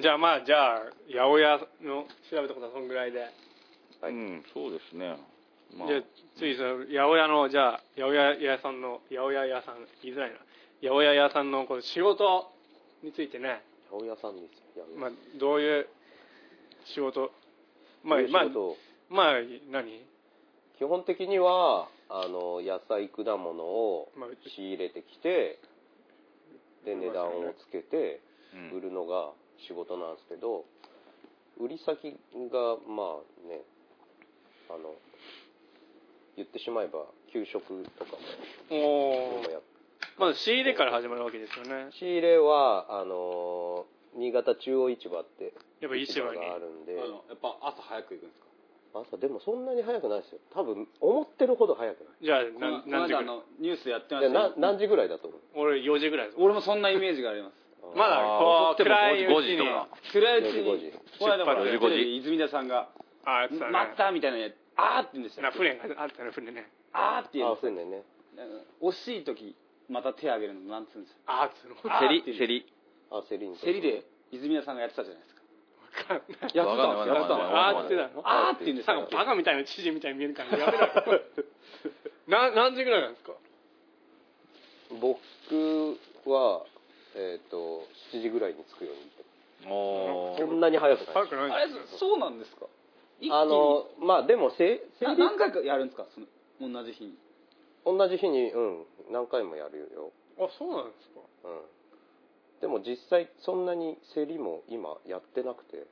Speaker 1: じゃあまあじゃあ八百屋の調べたことはそんぐらいで、
Speaker 4: はい
Speaker 2: うんそうですねまあ
Speaker 1: じゃあ次その八百屋のじゃあ八百屋屋さんの八百屋屋さん言いづらいな八百屋屋さんのこの仕事についてね、
Speaker 4: 八百屋さんですよ八百屋
Speaker 1: まあ、どういう仕事まあ
Speaker 4: そういう
Speaker 1: まあ
Speaker 4: 仕事を
Speaker 1: まあ何
Speaker 4: 基本的にはあの野菜果物を
Speaker 1: まあうち
Speaker 4: 仕入れてきてで
Speaker 1: うん
Speaker 4: 値段をつけて
Speaker 2: うん
Speaker 4: 売るのが仕事なんですけど売り先がまあねあの言ってしまえば給食とかも
Speaker 1: お
Speaker 4: 今
Speaker 1: ー
Speaker 4: やっ
Speaker 1: まず仕入れから始まるわけですよね
Speaker 4: 仕入れはあの新潟中央市場って
Speaker 1: やっぱ市場に
Speaker 4: があるんで
Speaker 3: あのやっぱ朝早く行くんですか
Speaker 4: 朝でもそんなに早くないですよ多分思ってるほど早くない
Speaker 1: じゃあ
Speaker 3: この
Speaker 1: な何時
Speaker 3: この
Speaker 1: ぐらい
Speaker 3: 間あのニュースやってま
Speaker 4: で
Speaker 3: した
Speaker 4: な
Speaker 3: よ
Speaker 4: 何時ぐらいだと思う
Speaker 1: 俺4時ぐらいです
Speaker 3: 俺もそんなイメージがあります
Speaker 1: まだこう
Speaker 2: でも
Speaker 1: 暗いう
Speaker 2: 5
Speaker 1: ちに
Speaker 2: 時とか
Speaker 3: 暗いうち
Speaker 4: 4
Speaker 3: に
Speaker 4: 時5時
Speaker 3: この間ほら
Speaker 2: 出発4時5時
Speaker 3: テレビ泉田さんが
Speaker 1: ああやっ
Speaker 3: 「
Speaker 1: てたね
Speaker 3: 待った!」みたいなのやあー」って言うんでした
Speaker 1: な
Speaker 3: よ
Speaker 1: 船があったね船ね
Speaker 3: あー」って言う
Speaker 4: あ
Speaker 3: ん
Speaker 4: あ
Speaker 3: です
Speaker 4: そう
Speaker 3: よ
Speaker 4: ねね
Speaker 3: なんか惜しい時また手挙げるのなんつうんです
Speaker 1: あっつうの
Speaker 3: あ
Speaker 1: わ
Speaker 3: ー
Speaker 2: 競
Speaker 3: って言
Speaker 2: り競
Speaker 3: う
Speaker 2: り
Speaker 4: あセリに
Speaker 3: か競りで泉田さんがやってたじゃないですか
Speaker 1: [laughs] かんない
Speaker 3: やってたんですよや
Speaker 2: わ
Speaker 3: って
Speaker 2: か
Speaker 3: たん
Speaker 2: ん
Speaker 3: で
Speaker 2: な
Speaker 1: あーって言
Speaker 2: いわかんない
Speaker 3: すよ
Speaker 1: うの
Speaker 3: あーって言うんです
Speaker 1: なん
Speaker 3: よ
Speaker 1: かバカみたいな知事みたいに見えるからやめろよな何時ぐらいなんですか
Speaker 4: 僕はえっ、と7時ぐらいに着くように行って
Speaker 2: お
Speaker 4: ますそ
Speaker 2: ー
Speaker 4: んなに早くない
Speaker 1: 早くない
Speaker 3: あれそうなんですか一気に
Speaker 4: あのまあでもせせ
Speaker 3: な何回かやるんですかその同じ日に
Speaker 4: 同じ日にうん何回もやるよ
Speaker 1: あそうなんですか
Speaker 4: うんでも実際そんなに競りも今やってなくて
Speaker 1: へ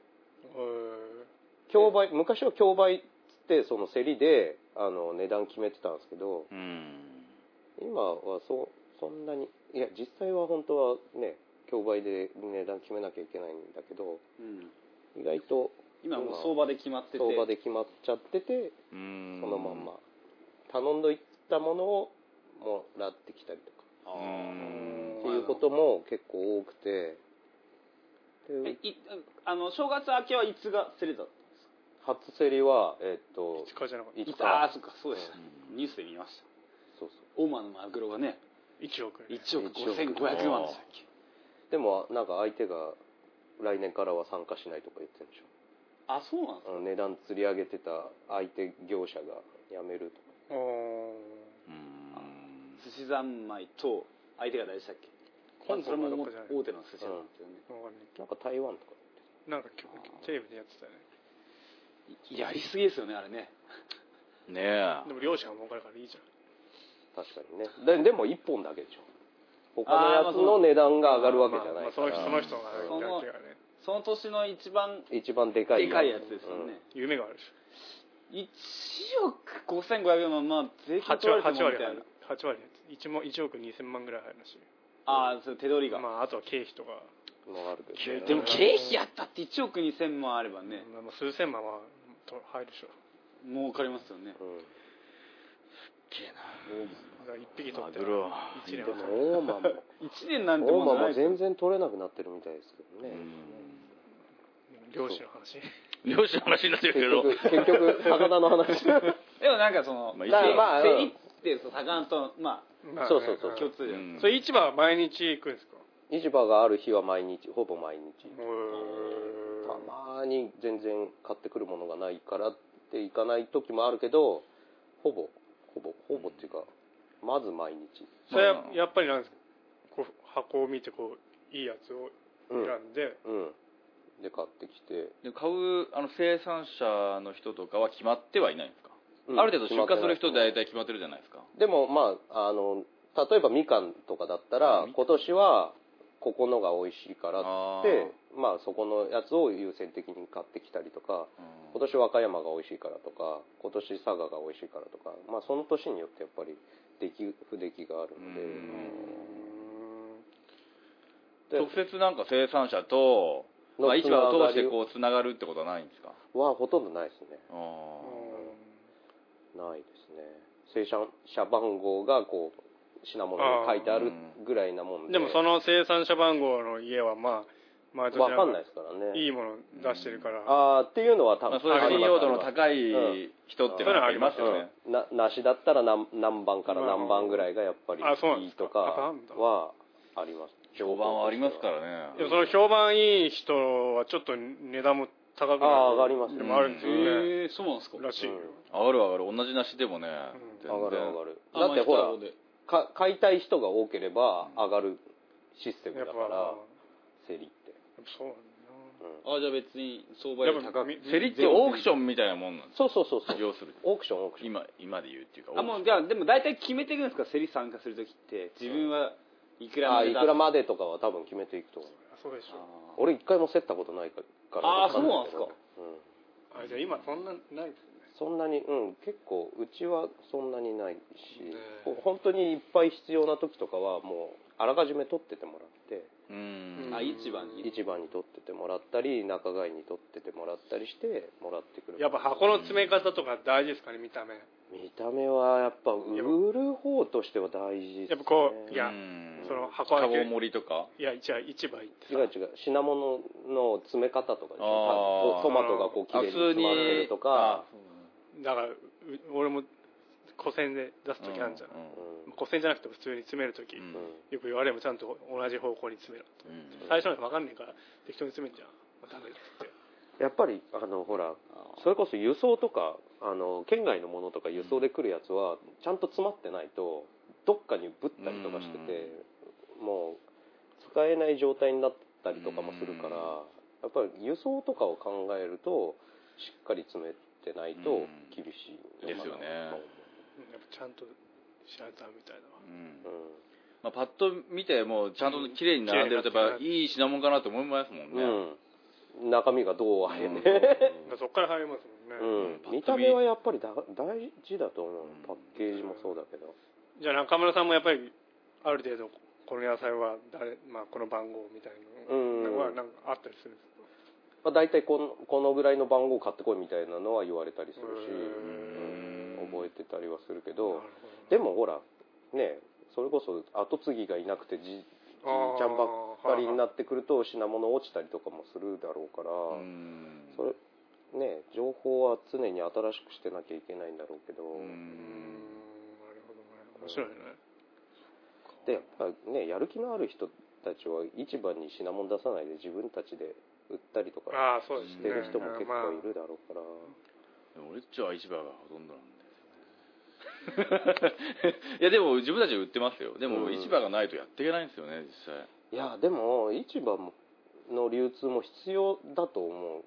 Speaker 4: 競売昔は競売っつってその競りであの値段決めてたんですけど
Speaker 2: うん
Speaker 4: 今はそうそんなにいや実際は本当はね競売で値段決めなきゃいけないんだけど意外と
Speaker 3: 今もう相場で決まってて
Speaker 4: 相場で決まっちゃってて
Speaker 2: うん
Speaker 4: そのまんま頼んどいたものをもらってきたりとか
Speaker 3: あ
Speaker 2: う
Speaker 3: ー
Speaker 2: ん
Speaker 4: っていうことも結構多くて
Speaker 3: え
Speaker 4: で
Speaker 3: いあの正月明けはいつが競れた
Speaker 4: 初競りはえっ
Speaker 1: え
Speaker 4: と
Speaker 1: 一回じゃなかった
Speaker 4: いつ
Speaker 3: ああー
Speaker 4: か
Speaker 3: そっかそうでした、ニュースで見ました
Speaker 4: そうそ
Speaker 3: 大
Speaker 4: う
Speaker 3: 間のマグロがね
Speaker 1: 1億円
Speaker 3: 1億
Speaker 4: 1
Speaker 3: 5500万でしたっけ
Speaker 4: でもなんか相手が来年からは参加しないとか言ってるんでし
Speaker 3: あそうなんです
Speaker 4: ょあの値段釣り上げてた相手業者が辞めるとか
Speaker 1: お
Speaker 2: うん
Speaker 3: か寿司三昧と相手が誰でしたっけ
Speaker 1: 今
Speaker 3: それ
Speaker 1: 度も
Speaker 3: も
Speaker 1: どこじゃない
Speaker 3: 大手の寿司屋なんですよね、
Speaker 4: なんか台湾とか
Speaker 1: なんか今日テレビでやってたよね
Speaker 3: いやりすぎですよねあれね
Speaker 2: ねえ
Speaker 1: でも漁師が儲かるからいいじ
Speaker 4: 確かにねででも1本だけでしょ他の
Speaker 3: あー
Speaker 4: や
Speaker 3: まあ
Speaker 4: つ
Speaker 3: そ
Speaker 4: の
Speaker 3: の
Speaker 4: 値段が上
Speaker 1: ゃ
Speaker 4: が
Speaker 1: ん
Speaker 4: るわけじゃない
Speaker 1: まあ
Speaker 4: か
Speaker 1: その人そ
Speaker 4: ら
Speaker 1: の人が
Speaker 3: その
Speaker 1: やってるからね
Speaker 3: その年の一番
Speaker 4: 一番でかい
Speaker 3: でかいやつですよね、
Speaker 1: 夢があるでし
Speaker 3: 1億5500万まあ税
Speaker 1: ょ
Speaker 3: 金
Speaker 1: 8
Speaker 3: 取
Speaker 1: 割
Speaker 3: ら
Speaker 1: 8
Speaker 3: れ
Speaker 1: 割
Speaker 3: てもみたいな
Speaker 1: 8割1も1億2000万ぐらい入るらしい
Speaker 3: ああそれ手取りが、
Speaker 1: まああとは経費とか
Speaker 4: のあるけど
Speaker 1: 経
Speaker 4: ね
Speaker 1: あ
Speaker 3: でも経費やったって1億2000万あればね、
Speaker 1: まあまあ数千万はと入るでしょ
Speaker 3: 儲かりますよね
Speaker 4: う
Speaker 1: だから一匹取
Speaker 2: マ
Speaker 1: って
Speaker 2: グロ
Speaker 1: 一年
Speaker 4: ん、
Speaker 1: は
Speaker 4: でも大間も
Speaker 3: 1年なんて
Speaker 4: 大
Speaker 3: もんじ
Speaker 4: 間
Speaker 3: ゃない
Speaker 4: も
Speaker 3: ですよ
Speaker 4: 全然取れなくなってるみたいですけどね、
Speaker 1: 漁師の話
Speaker 2: 漁師の話になってるけど
Speaker 4: 結局結局魚の話
Speaker 3: でもなんかその、
Speaker 2: まあ
Speaker 3: い
Speaker 2: 一応
Speaker 4: まあ
Speaker 3: 競りってそう魚とま
Speaker 1: まあ
Speaker 4: そうそうそう
Speaker 3: あ
Speaker 1: ん
Speaker 3: 共通じ
Speaker 2: う
Speaker 3: ゃないです
Speaker 2: ん
Speaker 1: それ市場は毎日行くんですか
Speaker 4: 市場がある日は毎日ほぼ毎日
Speaker 1: うーん
Speaker 4: たまに全然買ってくるものがないからって行かない時もあるけどほぼほぼほぼっていうかまず毎日
Speaker 1: それはやっぱりなんですかこう箱を見てこういいやつを
Speaker 4: うん
Speaker 1: 選んで、
Speaker 4: うんで買ってきて、
Speaker 2: で買うあの生産者の人とかは決まってはいないんですか、
Speaker 4: うん
Speaker 2: ある程度出荷する人
Speaker 4: 決まってない
Speaker 2: 大体決まってるじゃないですか
Speaker 4: でもまああの例えばみかんとかだった
Speaker 2: う
Speaker 4: ら
Speaker 2: ん
Speaker 4: 今年はここのが美味しいからって
Speaker 2: あ
Speaker 4: 言ってまあそこのやつを優先的に買ってきたりとか今年和歌山が美味しいからとか今年佐賀が美味しいからとかまあその年によってやっぱり出来不出来があるのでで
Speaker 2: 直接なんか生産者と、
Speaker 4: の
Speaker 2: まあ、市場を通して
Speaker 4: つながりを
Speaker 2: こうつながるってことはないんですか
Speaker 4: はほとんどないですね
Speaker 2: あー
Speaker 4: ないですね生産者番号がこう品物に書いてあるぐらいなも
Speaker 1: う
Speaker 4: んで
Speaker 1: んでもその生産者番号の家はまあ毎年
Speaker 4: わかんないですからね。
Speaker 1: いいもの出してるから、
Speaker 4: あーっていうのは多
Speaker 2: ま
Speaker 4: 分
Speaker 2: あ、そういう信用度の高い
Speaker 4: うん
Speaker 2: 人っていうのはありますよね、
Speaker 4: うんな梨だったら何何番から何番ぐらいがやっぱり
Speaker 1: あそうなん
Speaker 4: い
Speaker 1: で
Speaker 4: い
Speaker 1: すか
Speaker 4: とかはあります
Speaker 2: 評判はありますから
Speaker 1: でも
Speaker 2: ね
Speaker 1: その評判いい人はちょっと値段も高くなる
Speaker 4: あー上がりますね
Speaker 1: でもあるんですよね、
Speaker 5: えー、そうなんですから
Speaker 1: しいよ、
Speaker 2: 上がる上がる同じ梨でもね、全然
Speaker 4: 上がる上がるだ
Speaker 5: 甘
Speaker 4: っ
Speaker 5: い
Speaker 4: てほら
Speaker 5: 双子で
Speaker 4: か買いたい人が多ければ上がるシステム
Speaker 1: や
Speaker 4: だ
Speaker 1: っ
Speaker 4: か
Speaker 1: ぱ
Speaker 4: ら競りって、
Speaker 1: やっぱそうなんだ
Speaker 4: うん
Speaker 5: あじゃあ別に相場より
Speaker 1: な
Speaker 5: 高く
Speaker 1: み
Speaker 2: 競りってオークションみたいなもんなんで
Speaker 4: そうそうそうそ
Speaker 2: す
Speaker 4: う
Speaker 2: 要するに
Speaker 4: オークションオークション
Speaker 2: 今今で言うっていうか
Speaker 3: あもうじゃあでも大体決めていくんですか競り参加する時って自分はいくらま
Speaker 4: あー
Speaker 3: で
Speaker 4: い
Speaker 3: 出
Speaker 4: くらまでとかは多分決めていくと思う
Speaker 1: そうでしょ
Speaker 4: 俺一回も競ったことないから
Speaker 3: あー
Speaker 4: わかいけ
Speaker 3: そ
Speaker 4: ど
Speaker 3: う
Speaker 1: あ
Speaker 3: なんす
Speaker 4: うん
Speaker 1: じゃあ今そんなないですね
Speaker 4: そんなにうん結構うちはそんなにないし、
Speaker 1: ね
Speaker 4: こう本当にいっぱい必要な時とかはもうあらかじめ取っててもらって
Speaker 2: うん
Speaker 3: あ市場に
Speaker 4: 市場に取っててもらったり仲買に取っててもらったりしてもらってくる
Speaker 1: やっぱ箱の詰め方とか大事ですかね見た目
Speaker 4: 見た目はやっぱ売る方としては大事
Speaker 1: や
Speaker 4: です、ね、
Speaker 1: っぱこういや
Speaker 2: うん
Speaker 1: その箱開け
Speaker 2: カゴ盛りとか
Speaker 1: いやじゃあ市場行って
Speaker 4: 違う違う品物の詰め方とかでし
Speaker 2: あ
Speaker 4: ょ
Speaker 2: ー
Speaker 4: トマトがこうきれいに詰まってるとか
Speaker 1: だからう俺も古銭で出す時あるんじゃない、
Speaker 4: うん
Speaker 1: 古銭じゃなくても普通に詰める時、
Speaker 2: うん
Speaker 1: よく言われるもちゃんと同じ方向に詰めろ
Speaker 2: うんうん
Speaker 1: 最初の分かんねえから適当に詰めんじゃんまあダメですって
Speaker 4: やっぱりあのほらそれこそ輸送とかあの県外のものとか輸送で来るやつはちゃんと詰まってないとどっかにぶったりとかしてて、もう使えない状態になったりとかもするから、
Speaker 2: うん
Speaker 4: やっぱり輸送とかを考えるとしっかり詰めてないと厳しいのか
Speaker 2: うんですよ
Speaker 4: な
Speaker 2: ね
Speaker 1: うんやっぱちゃんとしないとダメみたいな
Speaker 2: うん
Speaker 4: うん
Speaker 2: まあ、パッと見てもちゃんと綺麗に並んでるとやっぱ
Speaker 1: 綺麗に並んで
Speaker 2: いい品物かなと思いますもんね、
Speaker 4: うん中身がどうあれね、
Speaker 1: だからそっから入りますもんね、
Speaker 4: うん、見た目はやっぱりだ大事だと思うパッケージもそうだけど、
Speaker 1: じゃあ中村さんもやっぱりある程度この野菜は誰、まあ、この番号みたいなのは
Speaker 4: うん
Speaker 1: なんかあったりするんですか
Speaker 4: まあ、大体このこのぐらいの番号買ってこいみたいなのは言われたりするし、
Speaker 2: うん
Speaker 4: うん覚えてたりはするけ
Speaker 1: なるほ
Speaker 4: どでもほらねそれこそ後継ぎがいなくてじじいち
Speaker 1: あー
Speaker 4: ゃんばっかりになってくると品物落ちたりとかもするだろうから、
Speaker 2: うん
Speaker 4: それね情報は常に新しくしてなきゃいけないんだろうけど、
Speaker 1: どうんなるほどね面白いね
Speaker 4: でやっぱねやる気のある人たちは市場に品物出さないで自分たちで売ったりとか
Speaker 1: ああそうです
Speaker 4: し
Speaker 1: ね
Speaker 4: てる人も結
Speaker 1: まあ
Speaker 4: 構いるだろうから。
Speaker 2: 俺っちは市場がほとんどなんで [laughs] いやでも自分たちは売ってますよでも
Speaker 4: うん
Speaker 2: 市場がないとやっていけないんですよね実際
Speaker 4: いやでも市場もの流通も必要だと
Speaker 2: う
Speaker 4: 思う、
Speaker 2: ん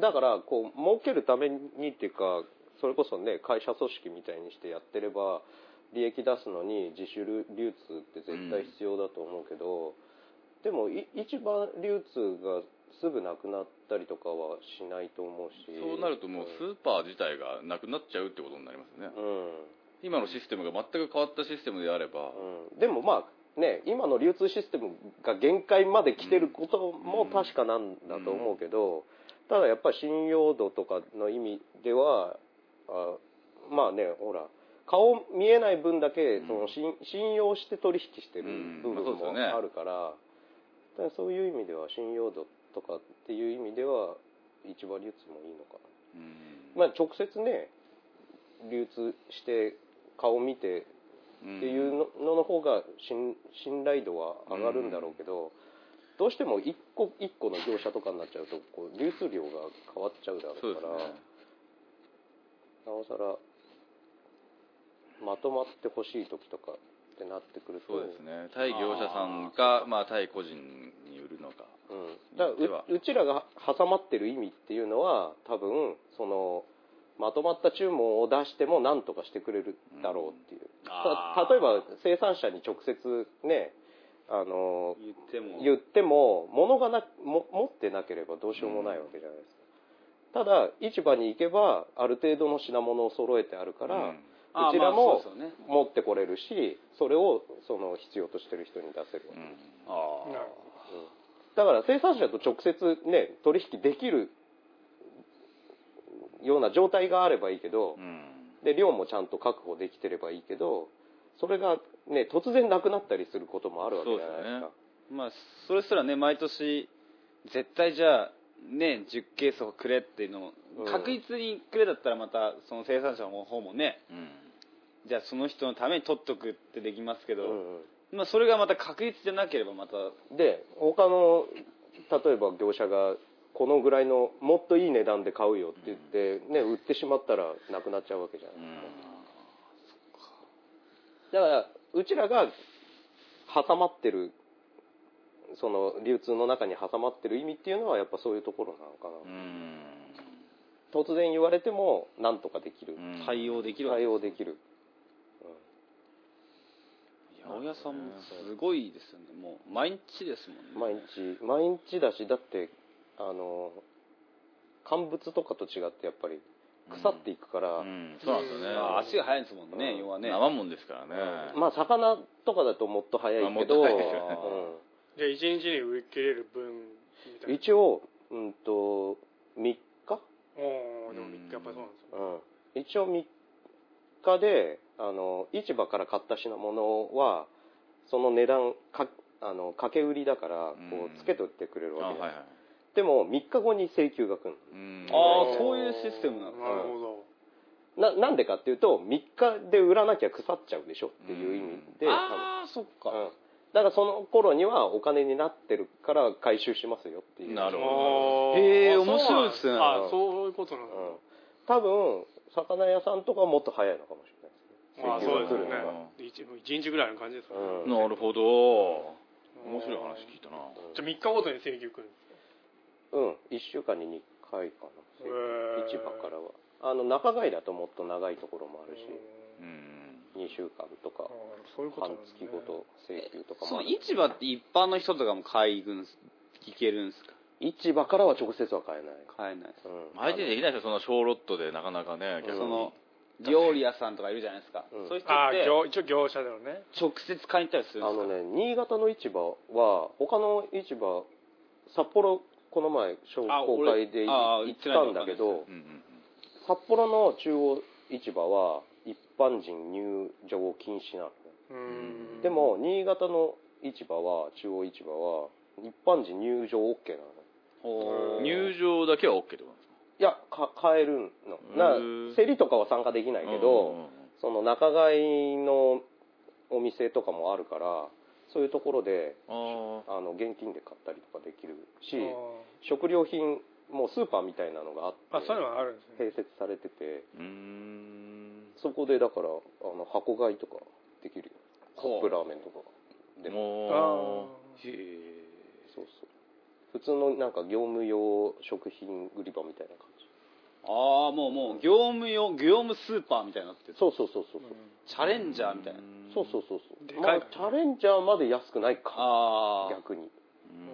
Speaker 4: だからこう儲けるためにっていうかそれこそね会社組織みたいにしてやってれば利益出すのに自主流通って絶対必要だと思うけど、でもい市場流通がすぐなくなったりとかはしないと思うし
Speaker 2: そうなるともうスーパー自体がなくなっちゃうってことになりますね
Speaker 4: うん、
Speaker 2: 今のシステムが全く変わったシステムであれば
Speaker 4: うん、でもまあね今の流通システムが限界まで来てることも確かなんだと思うけど、ただやっぱり信用度とかの意味ではあまあねほら顔見えない分だけ
Speaker 2: うん
Speaker 4: その信信用して取引してる
Speaker 2: うん
Speaker 4: 部
Speaker 2: まあそう
Speaker 4: 分
Speaker 2: ですよ
Speaker 4: も
Speaker 2: ね
Speaker 4: あるから,、そうそういう意味では信用度とかっていう意味では市場流通もいいのかな。
Speaker 2: うん
Speaker 4: まあ、直接ね流通して顔見て
Speaker 2: うん
Speaker 4: っていうののの方が信信頼度は上がるんだろうけど、どうしても一個一個の業者とかになっちゃうとこう流通量が変わっちゃうだろうか
Speaker 2: そうです
Speaker 4: ら、
Speaker 2: ね
Speaker 4: なおさらまとまってほしい時とかってなってくると
Speaker 2: そうですね対業者さんかまあ対個人に売るのか
Speaker 4: うん、だ
Speaker 2: で
Speaker 4: か
Speaker 2: は
Speaker 4: らううちらが挟まってる意味っていうのは多分そのまとまった注文を出しても何とかしてくれるだろうっていう、た例えば生産者に直接ねあの
Speaker 3: 言っても
Speaker 4: 言っても物がなも持ってなければどうしようもないわけじゃないですか、ただ市場に行けばある程度の品物を揃えてあるから、
Speaker 2: うん
Speaker 3: あー
Speaker 4: うちら
Speaker 3: まあ
Speaker 4: も
Speaker 3: そうですよね
Speaker 4: 持ってこれるしそれをその必要としてる人に出せるわけ、
Speaker 2: うん
Speaker 1: なる
Speaker 4: だから生産者と直接ね取引できるような状態があればいいけど、
Speaker 2: うん
Speaker 4: で量もちゃんと確保できてればいいけどそれがね突然なくなったりすることもあるわけじゃないですか
Speaker 2: そうですよね
Speaker 3: まあそれすらね毎年絶対じゃあね10ケースをくれっていうのを
Speaker 4: うん
Speaker 3: 確実にくれだったらまたその生産者の方もねじゃあその人のために取っとくってできますけど、まあ、それがまた確実じゃなければまた
Speaker 4: で他の例えば業者がこのぐらいのもっといい値段で買うよって言って、ね、売ってしまったらなくなっちゃうわけじゃないだからうちらが挟まってるその流通の中に挟まってる意味っていうのはやっぱそういうところなのかな、突然言われてもなんとかできる、
Speaker 2: うん
Speaker 3: 対応できるわけ
Speaker 4: 対応できる、
Speaker 3: 八百屋さんもすごいですよねもう毎日ですもんね
Speaker 4: うん毎日毎日だしだってあの乾物とかと違ってやっぱり腐っていくから、
Speaker 2: うんそうなんですよね
Speaker 3: まあ足が速いですもんね、
Speaker 4: うん
Speaker 3: 要はね
Speaker 2: 生もんですからね
Speaker 4: まあ魚とかだともっと早い
Speaker 2: まあも
Speaker 4: け
Speaker 2: っと
Speaker 4: ど、
Speaker 2: 早いですよね
Speaker 1: じゃあ一日に売り切れる分みた
Speaker 4: うん
Speaker 1: いな
Speaker 4: 一応、うんと、3日、
Speaker 1: おーでも3日やっぱそうなんですよ
Speaker 4: うん、一応3日で、あの、市場から買った品物は、その値段、か、あの、掛け売りだから、こ
Speaker 2: うん
Speaker 4: う、つけといてくれる
Speaker 2: あ
Speaker 4: わ
Speaker 2: はい
Speaker 4: けで
Speaker 2: はい
Speaker 4: す。でも、3日後に請求が来る
Speaker 2: うん
Speaker 3: あ
Speaker 4: うん
Speaker 3: あそういうシステムな
Speaker 1: なる
Speaker 3: の
Speaker 1: ほど
Speaker 4: の。な、なんでかっていうと、3日で売らなきゃ腐っちゃうでしょっていう意味で、
Speaker 3: ああそっか、
Speaker 4: 多分うん。だからその頃にはお金になってるから回収しますよっていう。
Speaker 2: なるほ
Speaker 1: あー
Speaker 3: へー
Speaker 1: あそうなん
Speaker 3: 面白いですね
Speaker 1: あそういうことなんだ
Speaker 4: うん多分魚屋さんとかはもっと早いのかもしれ
Speaker 1: あ
Speaker 4: な
Speaker 1: あ
Speaker 4: い
Speaker 1: そうですよ
Speaker 4: 来る
Speaker 1: ね
Speaker 4: のが
Speaker 1: 一一日ぐらいの感じですかね
Speaker 4: うん
Speaker 2: なるほど面白い話聞いたな
Speaker 1: じゃあ3日ごとに請求来るんです
Speaker 4: うん、1週間に2回か
Speaker 1: へ
Speaker 4: な
Speaker 1: ー
Speaker 4: 市場からはあの中買いだともっと長いところもあるし、
Speaker 1: う
Speaker 2: うんん
Speaker 4: 2週間とか
Speaker 1: あーそういうこと
Speaker 4: 半
Speaker 1: なんですね
Speaker 4: 月ごと請求とか
Speaker 3: そ
Speaker 4: もあ
Speaker 3: の
Speaker 4: る
Speaker 3: 市場って一般の人とかも買い行くんす行けるんですか
Speaker 4: 市場からは直接は買えない、
Speaker 3: 買えない
Speaker 4: うん、
Speaker 2: 相手できないですよその小ロットでなかなかね
Speaker 4: うん
Speaker 3: その料理屋さんとかいるじゃないですか、
Speaker 4: うん
Speaker 3: そういう人
Speaker 1: あ
Speaker 3: っ
Speaker 1: あ
Speaker 3: て
Speaker 1: 業一応業者だよね
Speaker 3: 直接買いに行ったりするん
Speaker 4: あ
Speaker 3: ですか
Speaker 4: のね新潟の市場は他の市場札幌この前商
Speaker 3: あ
Speaker 4: 公
Speaker 3: 俺
Speaker 4: 開で
Speaker 3: あー
Speaker 4: 行
Speaker 3: 行
Speaker 4: っ
Speaker 3: ってないの
Speaker 4: たんだけ
Speaker 3: わ
Speaker 4: ど
Speaker 2: うんうん
Speaker 4: 札幌の中央市場は一般人入場禁止なのね
Speaker 1: うーん
Speaker 4: でも新潟の市場は中央市場は一般人入場 OK なの
Speaker 3: ほ
Speaker 2: う
Speaker 3: うん
Speaker 2: 入場だけは OK ってことなんですか
Speaker 4: いやか買えるの
Speaker 2: へ
Speaker 4: な
Speaker 2: ー
Speaker 4: 競りとかは参加できないけ
Speaker 2: うんうん
Speaker 4: ど
Speaker 2: うん
Speaker 4: その仲買のお店とかもあるからそういうところで
Speaker 2: あ
Speaker 4: あの現金で買ったりとかできるし
Speaker 1: あ
Speaker 4: 食料品もうスーパーみたいなのがあって
Speaker 1: ーあそういうのがあるんですね
Speaker 4: 併設されてて
Speaker 2: ーうーん
Speaker 4: そこでだからあの箱買いとかできるよカ
Speaker 3: ほう
Speaker 4: ップラーメンとかでも
Speaker 1: あ
Speaker 2: も
Speaker 1: ー
Speaker 4: そうそう普通のなんか業務用食品売り場みたいな感じ
Speaker 3: ああもうもう業務用業務スーパーみたいになってる
Speaker 4: そうそうそうそうそう、
Speaker 3: チャレンジャーみたいな
Speaker 4: そうそうそう
Speaker 1: で
Speaker 4: そう
Speaker 1: か
Speaker 4: ま
Speaker 1: い
Speaker 4: あチャレンジャーまで安くないか
Speaker 3: ああ
Speaker 4: 逆に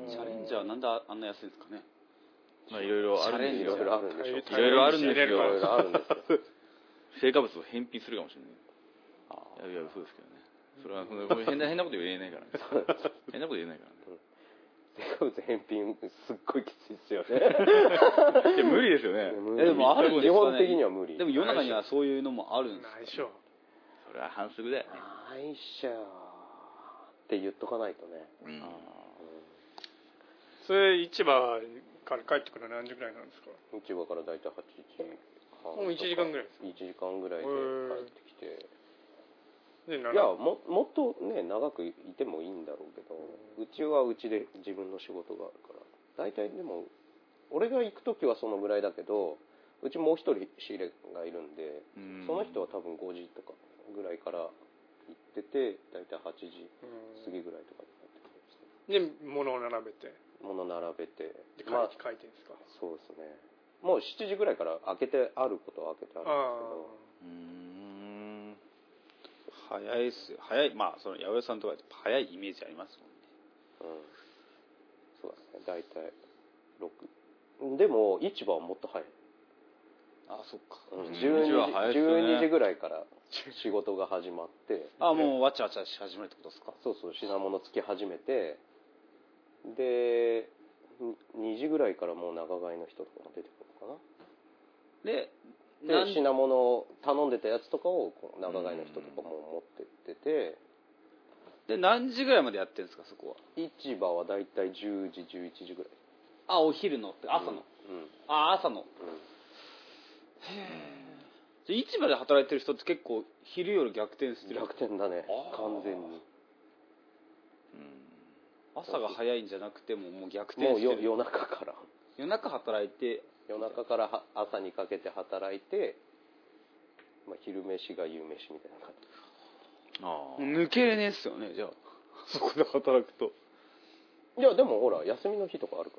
Speaker 2: うん
Speaker 3: チャレンジャーなんであんな安いんですかね
Speaker 2: まあいろいろあるんです
Speaker 4: い
Speaker 2: よ
Speaker 4: ろいろあるんでしょ
Speaker 2: いろいろあるん
Speaker 1: 入
Speaker 2: ですよ
Speaker 1: れ
Speaker 4: い
Speaker 1: るから
Speaker 4: ろいろあるんですよ
Speaker 2: 成果物を返品するかもしれ
Speaker 3: あ
Speaker 2: ないいやいや嘘ですけどねそれはその変な変なこと言えないからね変なこと言えないからね
Speaker 4: 添加物返品すっごいきついです
Speaker 1: [laughs]
Speaker 4: よね
Speaker 2: いや無理ですよね
Speaker 4: 無
Speaker 3: えでもあるんです
Speaker 4: 基
Speaker 3: かね
Speaker 4: 本的には無理
Speaker 3: でも世の中にはそういうのもあるんです
Speaker 1: ないでしょ
Speaker 2: それは反則だよね
Speaker 4: ないっしょーって言っとかないとね
Speaker 2: うん
Speaker 1: それ市場から帰ってくるのは何時ぐらいなんですか
Speaker 4: 市場から大体8時半
Speaker 1: もう一時間ぐらいです
Speaker 4: 1時間ぐらいで帰ってきて
Speaker 1: で
Speaker 4: いやももっとね長くいてもいいんだろうけどうちはうちで自分の仕事があるから大体でも俺が行く時はそのぐらいだけどうちもう一人仕入れがいるんで
Speaker 2: うん
Speaker 4: その人は多分5時とかぐらいから行ってて大体8時過ぎぐらいとかになってくるんですけ
Speaker 1: で物を並べて
Speaker 4: ど物並べて
Speaker 1: で
Speaker 4: ま
Speaker 1: 書いて書
Speaker 4: あ
Speaker 1: いてんですか
Speaker 4: そうですねもう7時ぐらいから開けてあることは開けてある
Speaker 1: あ
Speaker 2: うーん
Speaker 3: 早いっすよ早いまあその八百屋さんとかって早いイメージありますもんね
Speaker 4: んですけど、うん、そうですね大体6でも市場はもっと早い
Speaker 3: あそっか
Speaker 4: うん
Speaker 2: うん
Speaker 4: 12時
Speaker 2: 12は早いっすね
Speaker 4: 12時ぐらいから仕事が始まって
Speaker 3: あもうわちゃわちゃし始めるってことですか
Speaker 4: そうそう品物つき始めてでに2時ぐらいからもう仲買の人とかも出てくるのか
Speaker 3: で
Speaker 4: な
Speaker 3: 何
Speaker 4: で品物を頼んでたやつとかをこう仲買の人とかも持ってってて
Speaker 3: で何時ぐらいまでやってるんですかそこは
Speaker 4: 市場はだいたい10時11時ぐらい
Speaker 3: あお昼のって朝の、
Speaker 4: うん
Speaker 3: あ朝のじゃあ市場で働いてる人って結構昼夜逆転してる
Speaker 4: 逆転だね
Speaker 3: あー
Speaker 4: 完全に
Speaker 3: 朝が早いんじゃなくてももう逆転
Speaker 4: もう
Speaker 3: して
Speaker 4: よ
Speaker 3: る
Speaker 4: 夜中から
Speaker 3: 夜中働いて
Speaker 4: 夜中からは朝にかけて働いて、まあ、昼飯が夕飯みたいな感じ
Speaker 2: ああ
Speaker 3: 抜けれねえっすよねじゃあそこで働くと
Speaker 4: いやでもほら休みの日とかあるか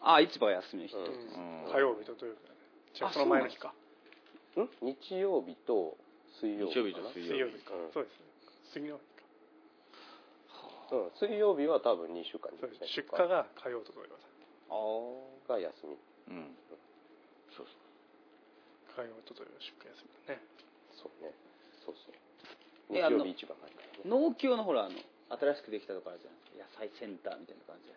Speaker 3: あ市場は休みの日、
Speaker 4: ら、うん
Speaker 2: うん
Speaker 1: 火曜日と土曜日だねじゃあ
Speaker 3: あ
Speaker 1: その前の日か
Speaker 4: ん日曜日と水曜日かな
Speaker 2: 日曜
Speaker 1: 水曜日
Speaker 2: 日と
Speaker 1: か
Speaker 4: うん
Speaker 1: そうですね次の日か
Speaker 4: うん、水曜日は多分2週間に
Speaker 1: そうです出荷が火曜と土曜だ
Speaker 3: あ
Speaker 4: が休み
Speaker 2: うんそう
Speaker 1: 火曜と土曜出荷休みだね
Speaker 4: そうねそうそう
Speaker 3: え
Speaker 4: 日
Speaker 3: あの
Speaker 4: 曜日一番ないからね
Speaker 3: 農協のほらあの新しくできたとこあるじゃないですか野菜センターみたいな感じ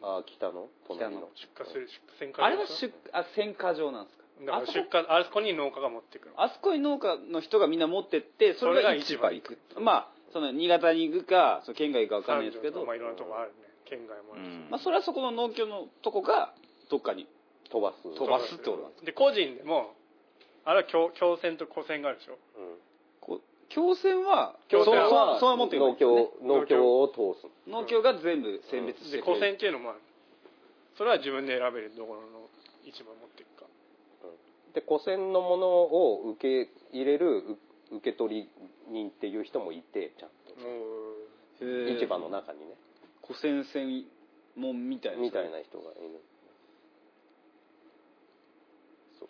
Speaker 4: ああ北の隣の
Speaker 1: 出荷する出荷
Speaker 3: あれは出あ選果場なんですか
Speaker 1: だから出荷あそこに農家が持ってくる
Speaker 3: あそこに農家の人がみんな持ってってそれが市場行くまあその新潟に行くかその県外行くか分かんないですけど、
Speaker 1: まあいろんなとこあるね県外もあるし
Speaker 2: ん
Speaker 3: まあ、それはそこの農協のとこがどっかに
Speaker 4: 飛ばす
Speaker 3: 飛ばすってことなんで
Speaker 1: で個人でもあれは共共線と個線があるでしょ
Speaker 4: う
Speaker 3: こう共選は
Speaker 1: 共
Speaker 3: そ
Speaker 1: 選
Speaker 3: う
Speaker 1: は
Speaker 3: そうそうは持ってくる
Speaker 4: 農協農協を通す
Speaker 3: 農協が全部選別して
Speaker 1: で
Speaker 3: く
Speaker 1: 個
Speaker 3: れる
Speaker 1: 線っていうのもあるそれは自分で選べるところの市場持っていくか
Speaker 4: で古銭のものを受け入れるう受け取り人っていう人もいてちゃんと
Speaker 1: もう
Speaker 3: へー
Speaker 4: 市場の中にね
Speaker 3: 古戦専門みたいな
Speaker 4: みたいな人がいるそう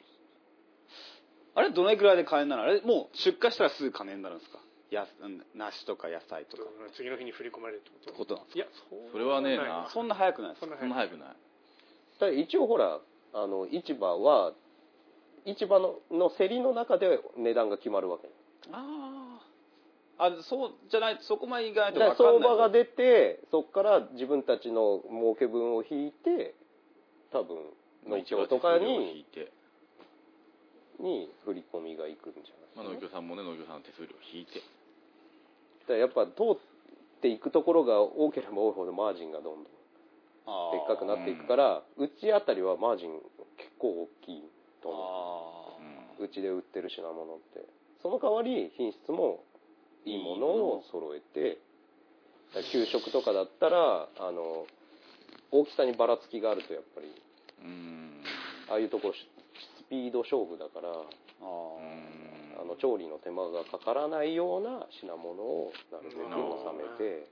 Speaker 3: あれどのくらいで買えになるあれもう出荷したらすぐ金になるんですかやうん梨とか野菜とか
Speaker 1: 次の日に振り込まれるってこと
Speaker 3: ことなんです
Speaker 1: いや
Speaker 2: それはねえな
Speaker 1: ない
Speaker 3: そんな早くないです
Speaker 1: そん
Speaker 3: か
Speaker 1: な
Speaker 2: そんな早くない
Speaker 4: ただ一応ほらあの市場は市場のの競りの中で値段が決まるわけ
Speaker 3: あああそうじゃないそこまでいかない
Speaker 4: だ
Speaker 3: と
Speaker 4: か
Speaker 3: 分か
Speaker 4: ら相
Speaker 3: んない
Speaker 4: 場が出てそこから自分たちの儲け分を引いて多分農協とか
Speaker 2: 農協手数料を引い
Speaker 4: に
Speaker 2: て、
Speaker 4: に振り込みがいくんじゃ
Speaker 2: まあ、
Speaker 4: ない
Speaker 2: 農協さんもね農協さんの手数料を引いて
Speaker 4: だからやっぱ通っていくところが多ければ多いほどマージンがどんどん
Speaker 3: あ
Speaker 4: で
Speaker 3: ー
Speaker 4: っかくなっていくからうちあたりはマージン結構大きいと思
Speaker 2: う
Speaker 3: あー
Speaker 2: ん
Speaker 4: ううちで売ってる品物ってその代わり品質もいいものを揃えてだから給食とかだったらあの大きさにばらつきがあるとやっぱり
Speaker 2: うん
Speaker 4: ああいうとこしスピード勝負だから
Speaker 3: あ
Speaker 2: う
Speaker 3: ー
Speaker 2: ん
Speaker 4: あの調理の手間がかからないような品物をなるべく収めて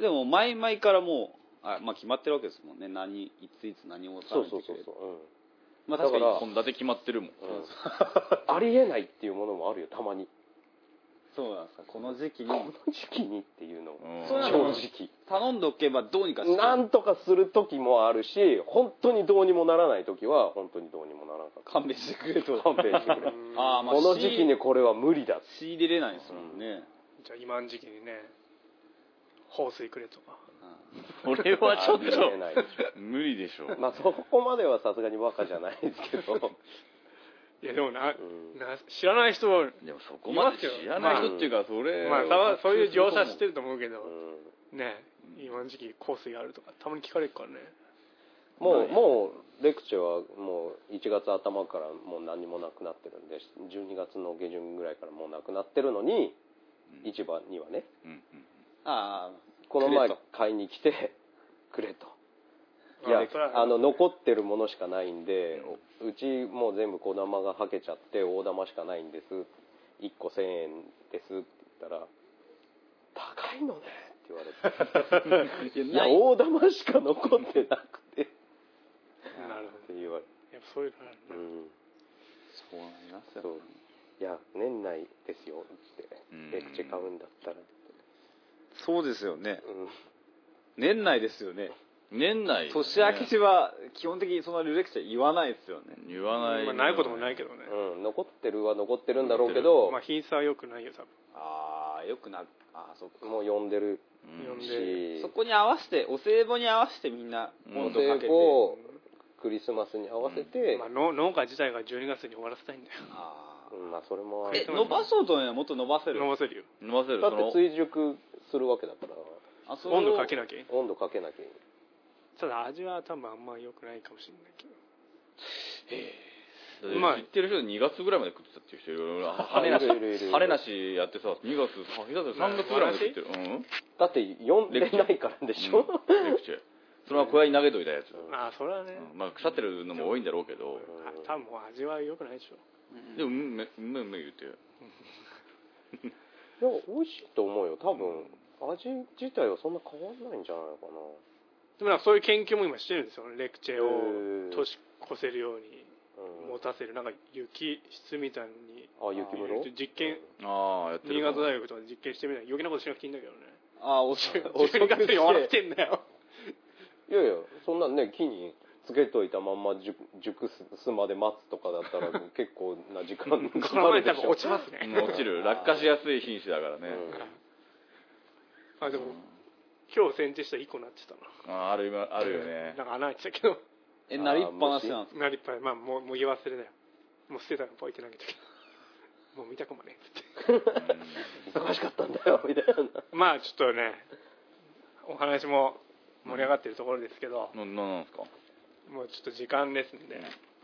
Speaker 3: でも前々からもうあ、まあ、決まってるわけですもんね何いついつ何を
Speaker 4: そ
Speaker 3: 食
Speaker 4: う
Speaker 3: べて
Speaker 4: そ
Speaker 3: く
Speaker 4: うそう
Speaker 3: れる
Speaker 4: そう、
Speaker 3: まあ
Speaker 4: だ
Speaker 3: 確
Speaker 4: か
Speaker 3: からに
Speaker 2: 献立決まってるもん
Speaker 4: うんうんありえないっていうものもあるよたまに
Speaker 3: そうなんですかこの時期に
Speaker 4: この時期にっていうのを
Speaker 2: うん
Speaker 3: そうな
Speaker 4: 正
Speaker 3: の
Speaker 4: 直
Speaker 3: 頼んどけばどうにかして
Speaker 4: なんとかする時もあるし本当にどうにもならない時は本当にどうにもならなかった
Speaker 3: 勘弁してくれと
Speaker 4: 勘弁してくれ
Speaker 1: あ
Speaker 3: ああまあ
Speaker 4: この時期にこれは無理だっ
Speaker 3: 仕入れれないですもんね、
Speaker 1: じゃあ今の時期にね放水くれとか
Speaker 2: これはちょっ
Speaker 4: ありえないでし
Speaker 2: と無理でしょ
Speaker 4: ょまあそこまではさすがにバカじゃないですけ
Speaker 3: [laughs]
Speaker 4: ど、
Speaker 1: いやでもな,、
Speaker 4: うん
Speaker 1: な知らない人は
Speaker 2: でもそこまで知らない人っていうかそれ
Speaker 1: まあたまそういう業者知ってると思うけど
Speaker 4: うん
Speaker 1: ね今の時期香水あるとかたまに聞かれるからね
Speaker 4: もうもうレクチェはもう1月頭からもう何もなくなってるんで12月の下旬ぐらいからもうなくなってるのに市場にはね
Speaker 2: うん
Speaker 3: あ
Speaker 4: この前
Speaker 3: くれと
Speaker 4: 買いに来てくれとい
Speaker 1: ま
Speaker 4: や
Speaker 1: あそれは
Speaker 4: あの残ってるものしかないんでおうちもう全部小玉がはけちゃって大玉しかないんです1個1000円ですって言ったら「高いのね」って言われ
Speaker 3: あ
Speaker 4: て「
Speaker 3: い
Speaker 4: いや
Speaker 3: ない
Speaker 4: 大玉しか残ってなくて」っ
Speaker 1: なるほ
Speaker 4: て言わ
Speaker 1: ど
Speaker 4: れ
Speaker 1: やっぱそういうのあ
Speaker 4: て、
Speaker 1: る
Speaker 4: う
Speaker 1: ね
Speaker 4: ん、
Speaker 2: そうなります
Speaker 4: そういや年内ですよって
Speaker 2: うん
Speaker 4: レクチェ買うんだったら、
Speaker 3: そうですよね
Speaker 4: うん
Speaker 3: 年内ですよね
Speaker 2: 年内ですね
Speaker 3: 年明けしは基本的にそんなルレクチャー言わないですよね
Speaker 2: 言わない
Speaker 1: まあないこともないけどね
Speaker 4: うん残ってるは残ってるんだろうけど
Speaker 1: まあ品質は良くないよ多分
Speaker 3: ああよくなあーそっか
Speaker 4: もう呼んでる
Speaker 2: うん
Speaker 1: 呼んで
Speaker 4: し
Speaker 3: そこに合わせてお歳暮に合わせてみんな
Speaker 2: うん
Speaker 3: 温
Speaker 4: お
Speaker 3: 度か
Speaker 4: 歳
Speaker 3: けて
Speaker 4: 暮をクリスマスに合わせて、
Speaker 1: まあ農農家自体が12月に終わらせたいんだよ
Speaker 3: あー
Speaker 4: うんまあそれもある
Speaker 3: え伸ばそうと思えばもっと伸ばせる
Speaker 1: 飲ませるよ
Speaker 2: 飲ませる
Speaker 4: だっ
Speaker 2: そ
Speaker 4: て
Speaker 2: の
Speaker 4: 追熟するわけだから
Speaker 3: あそれを
Speaker 1: 温度かけなきゃいい
Speaker 4: 温度かけなきゃい
Speaker 1: ただ味は多分あんま良くないかもしれないけど
Speaker 2: う
Speaker 1: う
Speaker 2: ま
Speaker 1: ま
Speaker 2: い
Speaker 1: い
Speaker 2: 行ってる人で2月ぐらいまで食ってたっていう人いろいろ羽根なし
Speaker 4: いるいるいる
Speaker 2: 羽根なしやってさ2月あ下手だ3月ぐらいまで食ってるうん
Speaker 4: だって読んでないからでしょ、
Speaker 2: レクチェそれは小屋に投げといたやつ、
Speaker 1: まあそれはね、
Speaker 2: うんまあ腐ってるのも多いんだろうけど、
Speaker 1: あ多分もう味は良くないでしょ
Speaker 2: でもうんめうんめうんめ言うて
Speaker 4: いや美味しいと思うよ多分味自体はそんな変わんないんじゃないかな
Speaker 1: でもなんかそういう研究も今してるんですよレクチェ
Speaker 4: へー
Speaker 1: を年越せるように
Speaker 4: うん
Speaker 1: 持たせるなんか雪質みたいのに
Speaker 4: あ雪
Speaker 1: 入
Speaker 4: 風
Speaker 1: れ
Speaker 4: 呂
Speaker 1: ると実験
Speaker 2: ああやってる
Speaker 1: 新潟大学とかで実験してみたら余計なことしなくていいんだけ [laughs] どね
Speaker 3: あー遅い遅
Speaker 1: 12月
Speaker 3: くして
Speaker 1: に終わらせてんだ [laughs] よ
Speaker 4: いやいやそんなね木につけといたまんま熟熟すまで待つとかだっ
Speaker 1: [laughs]
Speaker 4: たら結構な時間
Speaker 1: こ
Speaker 4: か
Speaker 1: の
Speaker 4: か
Speaker 1: 前
Speaker 4: るで
Speaker 1: 多
Speaker 4: し
Speaker 1: 分
Speaker 4: ょ
Speaker 1: 落ちますね
Speaker 2: うん落ちる落下しやすい品種だからね、
Speaker 1: あでも今日剪定した1個なってたな
Speaker 2: ああある今あるよね
Speaker 1: なんか穴開いてたけど
Speaker 3: えなりっぱなしなんです
Speaker 1: なりっぱいまあもうもう言い忘れだよもう捨てたらポイって投げたけどもう見た [laughs] かもねっつって
Speaker 4: 忙しかったん [laughs] だよみたいな
Speaker 1: まあちょっとねお話も盛り上がってるところですけど、
Speaker 2: なななんですか
Speaker 1: もうちょっと時間ですんで、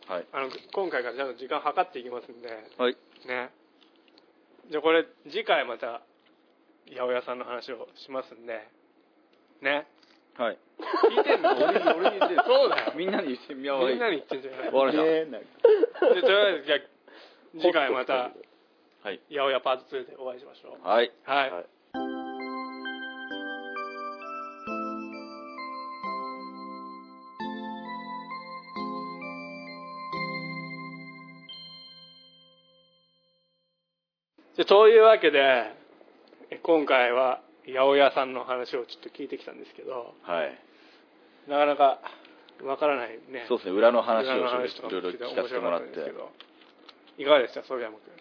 Speaker 2: はい
Speaker 1: あの今回からちゃんと時間計っていきますんで
Speaker 2: はい
Speaker 1: ねじゃあこれ次回また八百屋さんの話をしますんでね
Speaker 2: はい
Speaker 1: 聞いてん [laughs] の俺に俺に言ってそうだよ
Speaker 2: みんなに言ってみよう
Speaker 1: みんなに言ってんじゃない
Speaker 2: 終わりまし
Speaker 3: えーなんか
Speaker 1: でとりあえずじゃあ次回また
Speaker 2: たはい
Speaker 1: 八百屋パート2でお会いしましょう
Speaker 2: はい
Speaker 1: はい、
Speaker 4: はい
Speaker 1: じゃあというわけでえ今回は八百屋さんの話をちょっと聞いてきたんですけど
Speaker 2: はい
Speaker 1: なかなかわからないね
Speaker 2: そうですね裏の話を
Speaker 1: 裏の
Speaker 2: ちょ
Speaker 1: 話と
Speaker 2: っと
Speaker 1: か
Speaker 2: いろいろ
Speaker 1: 聞
Speaker 2: 聞
Speaker 1: かせ
Speaker 2: かせ
Speaker 1: て
Speaker 2: て
Speaker 1: も
Speaker 2: も
Speaker 1: ら
Speaker 2: ら
Speaker 1: っ
Speaker 2: ってて
Speaker 1: いかがでした曽山君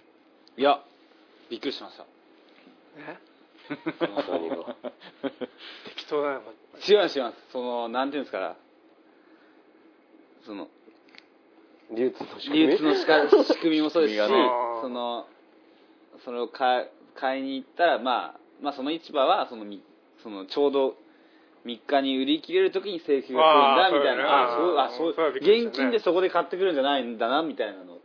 Speaker 3: いやびっくりしました
Speaker 1: え
Speaker 4: 何が
Speaker 1: 適当だな
Speaker 3: 違います違いますそのなんていうんですかその
Speaker 4: 流通の仕組み
Speaker 3: 流通のし
Speaker 4: [laughs]
Speaker 3: か仕組みもそうですし
Speaker 2: 仕組
Speaker 1: が
Speaker 2: み
Speaker 1: ね
Speaker 3: そのそれを買い買いに行ったら、まあ、まあその市場はそのみそのちょうど3日に売り切れる時に請求が来るんだみたいな
Speaker 1: あ
Speaker 3: あ
Speaker 1: ー
Speaker 3: そ
Speaker 1: そうだねあー
Speaker 3: う
Speaker 1: それはびっくりし
Speaker 3: 現
Speaker 1: たね
Speaker 3: 金でそこで買ってくるんじゃないんだなみたいなの
Speaker 4: う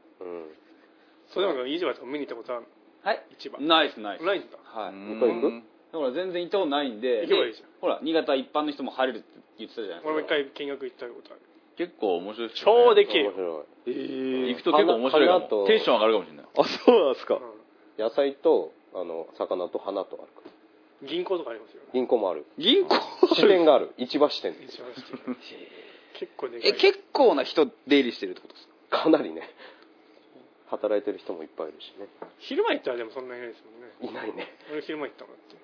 Speaker 1: 曽山君市場とか見に行ったことある
Speaker 3: はい
Speaker 1: 市場
Speaker 3: ないですないです
Speaker 1: ないんだ
Speaker 3: はい、
Speaker 4: ん行く
Speaker 3: だから全然行ったことないんで
Speaker 1: 行けばいいじゃん
Speaker 3: でほら新潟一般の人も入れるって言ってたじゃないですか
Speaker 1: 俺も一回見学行ったことある
Speaker 2: 結構面白いです
Speaker 1: 超で
Speaker 4: ん
Speaker 1: きる
Speaker 4: 面白い
Speaker 2: 行くと結構面白いか
Speaker 4: 花と
Speaker 2: もテンション上がるかもしれない
Speaker 4: あそうなんですか
Speaker 1: う
Speaker 4: 野菜とあの魚と花とあるから
Speaker 1: ん銀行とかありますよ
Speaker 4: 銀行もある
Speaker 3: 銀行
Speaker 4: 支店がある市場支店
Speaker 1: 市場して結構でかい
Speaker 5: え、結構な人出入りしてるってことですか
Speaker 4: かなりね働いてる人もいっぱいいるし
Speaker 1: 昼間行ったらでもそんなにいないですもんね
Speaker 4: ねいないね
Speaker 1: 俺昼間行ったもんだって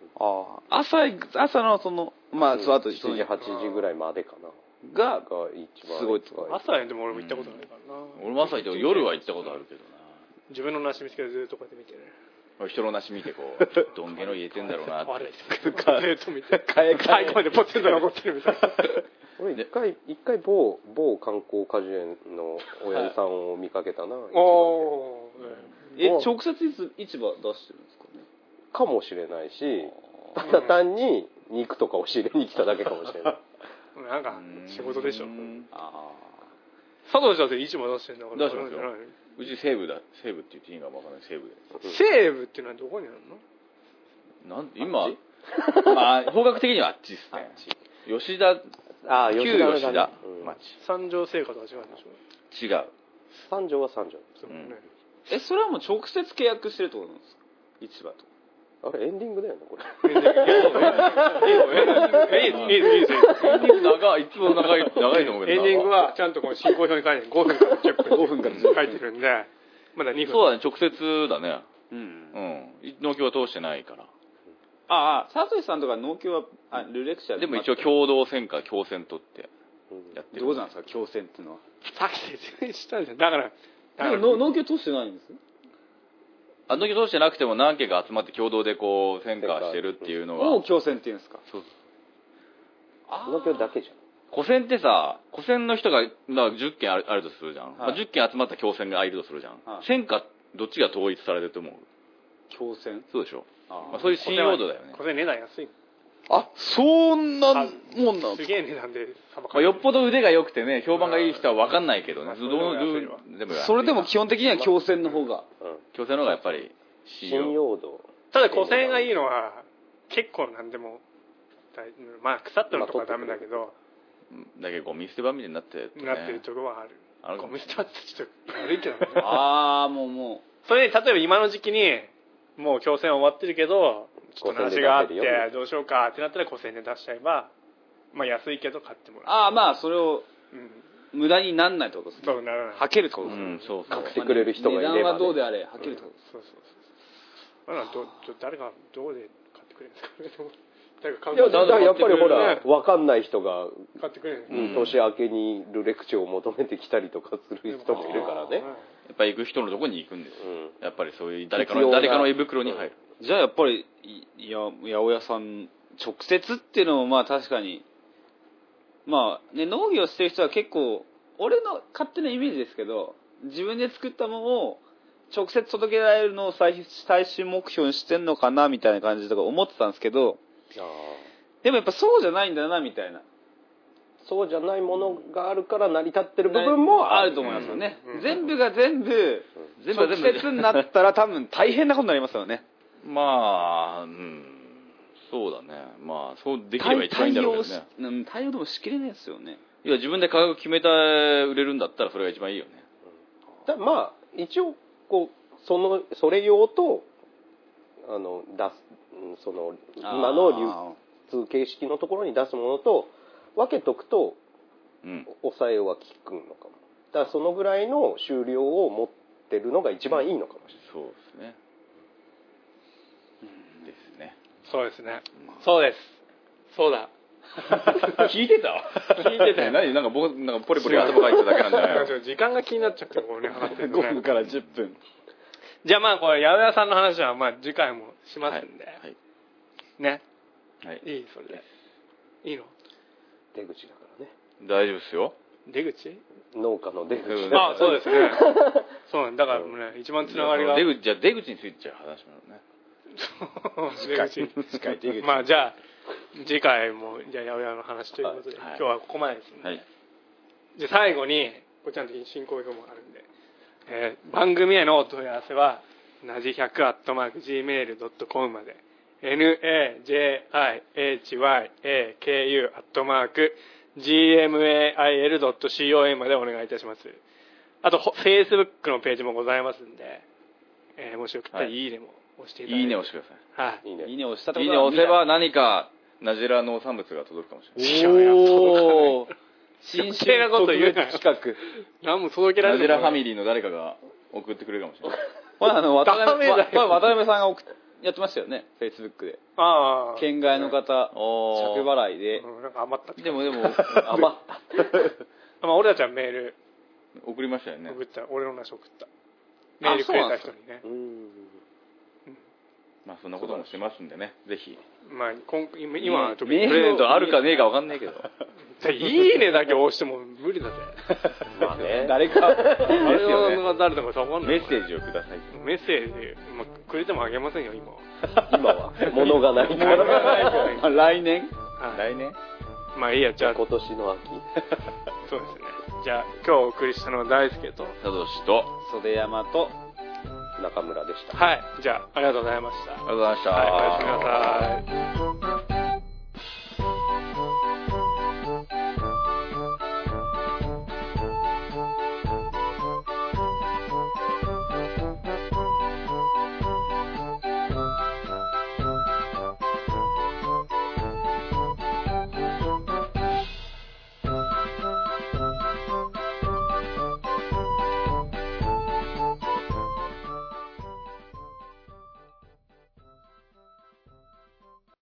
Speaker 5: ああ。朝、朝のその、まあ、その後、
Speaker 4: 7時8時ぐらいまでかな
Speaker 5: が、
Speaker 4: が一番
Speaker 5: すごいとこ
Speaker 1: 朝でも俺も行ったことないからな、
Speaker 2: 俺も朝行って夜は行ったことあるけどな
Speaker 1: 自分の梨見つけてずっとこうやって見てね
Speaker 2: 人の梨見てこうどんげの言えてんだろうなって
Speaker 1: あれずっと見て
Speaker 3: 買え買え
Speaker 1: 最後までポツンと残ってるみたいな
Speaker 2: [laughs]
Speaker 4: 俺一回一回某某観光果樹園の親父さんを見かけたな、
Speaker 1: お
Speaker 3: え直接いつ市場出してるんですかね
Speaker 4: かもしれないしただ単に肉とかを仕入れに来ただけかもしれない
Speaker 1: おなんか仕事でしょ
Speaker 2: うん
Speaker 3: あ
Speaker 1: 佐藤さんっていつも出してんだから
Speaker 2: 出してますようち西部だ西部って言っていいんかわかんない西部で
Speaker 1: 西武っていうのはどこにあるの
Speaker 2: なん今まあ方角的にはあっちですね吉田
Speaker 4: ああ
Speaker 2: 旧
Speaker 4: 吉
Speaker 2: 吉
Speaker 4: 田
Speaker 2: 田
Speaker 4: の
Speaker 2: 町
Speaker 4: だねうん
Speaker 1: 三条製菓とは違うんでしょ
Speaker 2: 違う
Speaker 4: 三条は三条
Speaker 1: そうね
Speaker 3: えそれはもう直接契約してるってことなんですか市場と
Speaker 4: あれエンディングだよねこれ
Speaker 1: えいいですいいですいいです
Speaker 2: 長いいつも長い長いと思うけ
Speaker 1: エ
Speaker 2: ど
Speaker 1: ンディングはちゃんとこの進行表に書いて5分から10分5分から書いてるんでまだ2分
Speaker 2: そうだね直接だね
Speaker 3: うん
Speaker 2: うん農協は通してないから
Speaker 3: ああ佐藤さんとか農協はあルレクチャー
Speaker 2: でも一応
Speaker 3: ど
Speaker 2: 共同戦か共戦取ってやってる
Speaker 3: うなんですか共戦っていうのは
Speaker 1: さっき説明したじゃんだからだから
Speaker 3: でも農農協通してないんです
Speaker 2: あの時通してなくても何件か集まって共同でこう戦果してるっていうの
Speaker 3: を
Speaker 2: が
Speaker 3: 共戦っていうんですか
Speaker 2: そう
Speaker 4: 農協だけじゃん
Speaker 2: 古戦ってさ古戦の人が、まあ、10件あるあるとするじゃん、まあ、
Speaker 3: はい
Speaker 2: 10件集まった共戦がいるとするじゃん、
Speaker 3: はい
Speaker 2: 戦果どっちが統一されてると思う
Speaker 3: 共戦
Speaker 2: そうでしょ、
Speaker 3: あ
Speaker 2: まあ、そういう信用度だよね
Speaker 1: これ値段安い
Speaker 5: あ、そんな
Speaker 1: あ
Speaker 5: もんなん
Speaker 1: す
Speaker 5: ですか
Speaker 1: げえ値段でさば
Speaker 2: まあ、よっぽど腕が良くてね、評判がいい人は分かんないけど
Speaker 1: まあ
Speaker 2: ね、
Speaker 1: そ
Speaker 2: どう
Speaker 1: れでも安いわ
Speaker 2: どうでも安い
Speaker 5: それでも基本的には強戦の方が。
Speaker 4: うん
Speaker 2: 強制の方がやっぱり信
Speaker 4: 信
Speaker 2: 用。
Speaker 4: 用度
Speaker 1: ただ5000円がいいのは結構なんでも大まあ腐ってるとこはダメだけど、
Speaker 2: だけどゴミ捨て場みたいになってるとね
Speaker 1: なってるとこはある
Speaker 2: あるか
Speaker 1: ゴ
Speaker 2: も
Speaker 1: ミ捨て場ってちょっと悪いけどね
Speaker 3: ああ、もうも
Speaker 1: それに例えば今の時期にもう強制終わってるけどちょっと話があって
Speaker 4: 5000で出せるよ
Speaker 1: どうしようかってなったら5000円で出しちゃえばまあ安いけど買っても
Speaker 3: う。
Speaker 1: らう
Speaker 3: ああ、まあ、それを
Speaker 1: うん
Speaker 3: 無駄になんないってことですね。
Speaker 1: そうならない
Speaker 3: はけるってこ
Speaker 2: う
Speaker 3: とですね。
Speaker 2: ん、そうそう。
Speaker 4: してくれる人がいればね
Speaker 3: 値段はどうであれ、はけるってことで
Speaker 1: そうそうそうあらどど誰がどうで買ってくれるんですか [laughs] ね誰が買う
Speaker 4: いやだからやっぱりほ
Speaker 1: ね
Speaker 4: ら分かんない人が
Speaker 1: 買ってくれるんです
Speaker 2: ん
Speaker 4: 年明けにルレクチを求めてきたりとかする人もいるからね、
Speaker 2: やっぱり行く人のとこに行くんですよ。
Speaker 4: うん、
Speaker 2: やっぱりそういう誰か
Speaker 4: 必
Speaker 2: の、
Speaker 4: 要な
Speaker 2: 誰かの胃袋に入る。
Speaker 3: す。じゃあ、やっぱり、いいや、八百屋さん、直接っていうのも、まあ確かに、まあね、農業してる人は結構、俺の勝手なイメージですけど、自分で作ったものを、直接届けられるのを最最終目標にしてんのかなみたいな感じとか思ってたんですけどでもやっぱそうじゃないんだなみたいな
Speaker 4: そうじゃないものがあるから成り立ってる部分も
Speaker 3: あ
Speaker 4: あ
Speaker 3: る
Speaker 4: る
Speaker 3: と思いますよね、
Speaker 1: うん
Speaker 3: 全部が全部
Speaker 2: 全部は全部
Speaker 3: 直接になったら多分大変なことになりますよね
Speaker 2: まあ、うん、そうだね。まあ、そうできれば
Speaker 3: 対
Speaker 2: 一番いいんだろう
Speaker 3: 応
Speaker 2: け
Speaker 3: し
Speaker 2: どね。
Speaker 3: うん対応でもしきれないですよね
Speaker 2: いや、自分で価格決めた、売れるんだったらそれが一番いいよね。
Speaker 4: だまあ一応こうそのそれ用とあの出すうんその今の流通形式のところに出すものと分けとくと
Speaker 2: うん。
Speaker 4: 抑えは効くのかもだからそのぐらいの収量を持ってるのが一番いいのかもし
Speaker 2: そうですね。ですね。
Speaker 1: そうですねそうですそうだ
Speaker 2: 聞いてた聞いてたよ。何なんか僕、なんかポリポリ頭かいてただけなんじゃな
Speaker 1: な
Speaker 2: い
Speaker 1: [laughs] ん
Speaker 2: の
Speaker 1: かちょっと時間が気になっちゃってこれ話して
Speaker 2: [laughs]
Speaker 1: るとね
Speaker 2: から10分。
Speaker 1: じゃあまあこれ八百屋さんの話はまあ次回もしますんで、
Speaker 2: はい。
Speaker 1: ね
Speaker 2: はい
Speaker 1: いいそれでいいの
Speaker 4: れない出口だからね
Speaker 2: 大丈夫ですよ。
Speaker 1: 出口
Speaker 4: 農家の出口
Speaker 2: うん
Speaker 1: あそうですね [laughs] そうなんだからもうね一番つながりが
Speaker 2: 出口、じゃあ出口について話しましょうね。
Speaker 1: [laughs] 出口まあじゃあ次回もじゃあ八百屋の話ということで、
Speaker 2: はいはい
Speaker 1: 今日はここまでですね、
Speaker 2: はい。
Speaker 1: じゃあ最後にこっちゃんの時に進行表もあるんで、えー番組へのお問い合わせはなじ100 gmail.com まで najihyaki gmail.com までお願いいたしますあとほ Facebook のページもございますんで、えーもしよかったら「
Speaker 2: はい
Speaker 1: いいね」も押していただいて
Speaker 2: いいねをしてくださ
Speaker 1: はい
Speaker 4: いいね
Speaker 3: いいね押したって
Speaker 2: い。い
Speaker 3: こ
Speaker 2: い
Speaker 3: と
Speaker 2: ね押
Speaker 3: は
Speaker 2: せば何か、ナジラ農産物が届くかもしれない。
Speaker 1: いやいや
Speaker 3: おお
Speaker 1: 新鮮なこと言うな
Speaker 3: 企
Speaker 2: [laughs]
Speaker 3: 画
Speaker 1: 何も届けられ
Speaker 2: ナ
Speaker 1: な
Speaker 2: ジ
Speaker 1: い
Speaker 2: ラファミリーの誰かが送ってくれるかもしれない。
Speaker 3: ほらあの渡
Speaker 1: ダメ
Speaker 3: 辺
Speaker 1: だよ
Speaker 3: わこれ渡辺さんが送っやってましたよねフェイスブックで
Speaker 1: ああ
Speaker 3: 県外の方
Speaker 2: おー
Speaker 3: 着払いで
Speaker 1: うんなんか余ったって
Speaker 2: でもでも、
Speaker 4: 余った
Speaker 2: [laughs]
Speaker 1: まあ俺たちはメール
Speaker 2: 送りましたよね。
Speaker 1: 送った、俺の話送ったメールくれた人にね
Speaker 4: うん
Speaker 2: まあそんなこともしますんでね、ぜひ。
Speaker 1: まあ今今今は特に
Speaker 3: メ
Speaker 2: プ
Speaker 3: ール
Speaker 2: レゼントあるかねえかわかんないけど。
Speaker 1: 「いいね」だけ押しても無理だぜ
Speaker 2: [laughs]
Speaker 4: まあね
Speaker 3: 誰か
Speaker 1: あれ
Speaker 2: よね
Speaker 1: [laughs] は誰でもさわかんな
Speaker 2: メ
Speaker 1: い
Speaker 2: ッセージをください。
Speaker 1: メッセージ、まあ、くれてもあげませんよ今は
Speaker 4: 今は物がないから [laughs]
Speaker 3: 来年
Speaker 1: はい
Speaker 2: 来年
Speaker 1: まあいいやじゃあ
Speaker 4: 今年の秋
Speaker 1: そうですねじゃあ今日お送りしたのは大輔と
Speaker 2: サトシと、
Speaker 3: 袖山と
Speaker 4: 中村でした
Speaker 1: はいじゃあありがとうございました
Speaker 2: ありがとうございました。
Speaker 1: はいおやすみなさい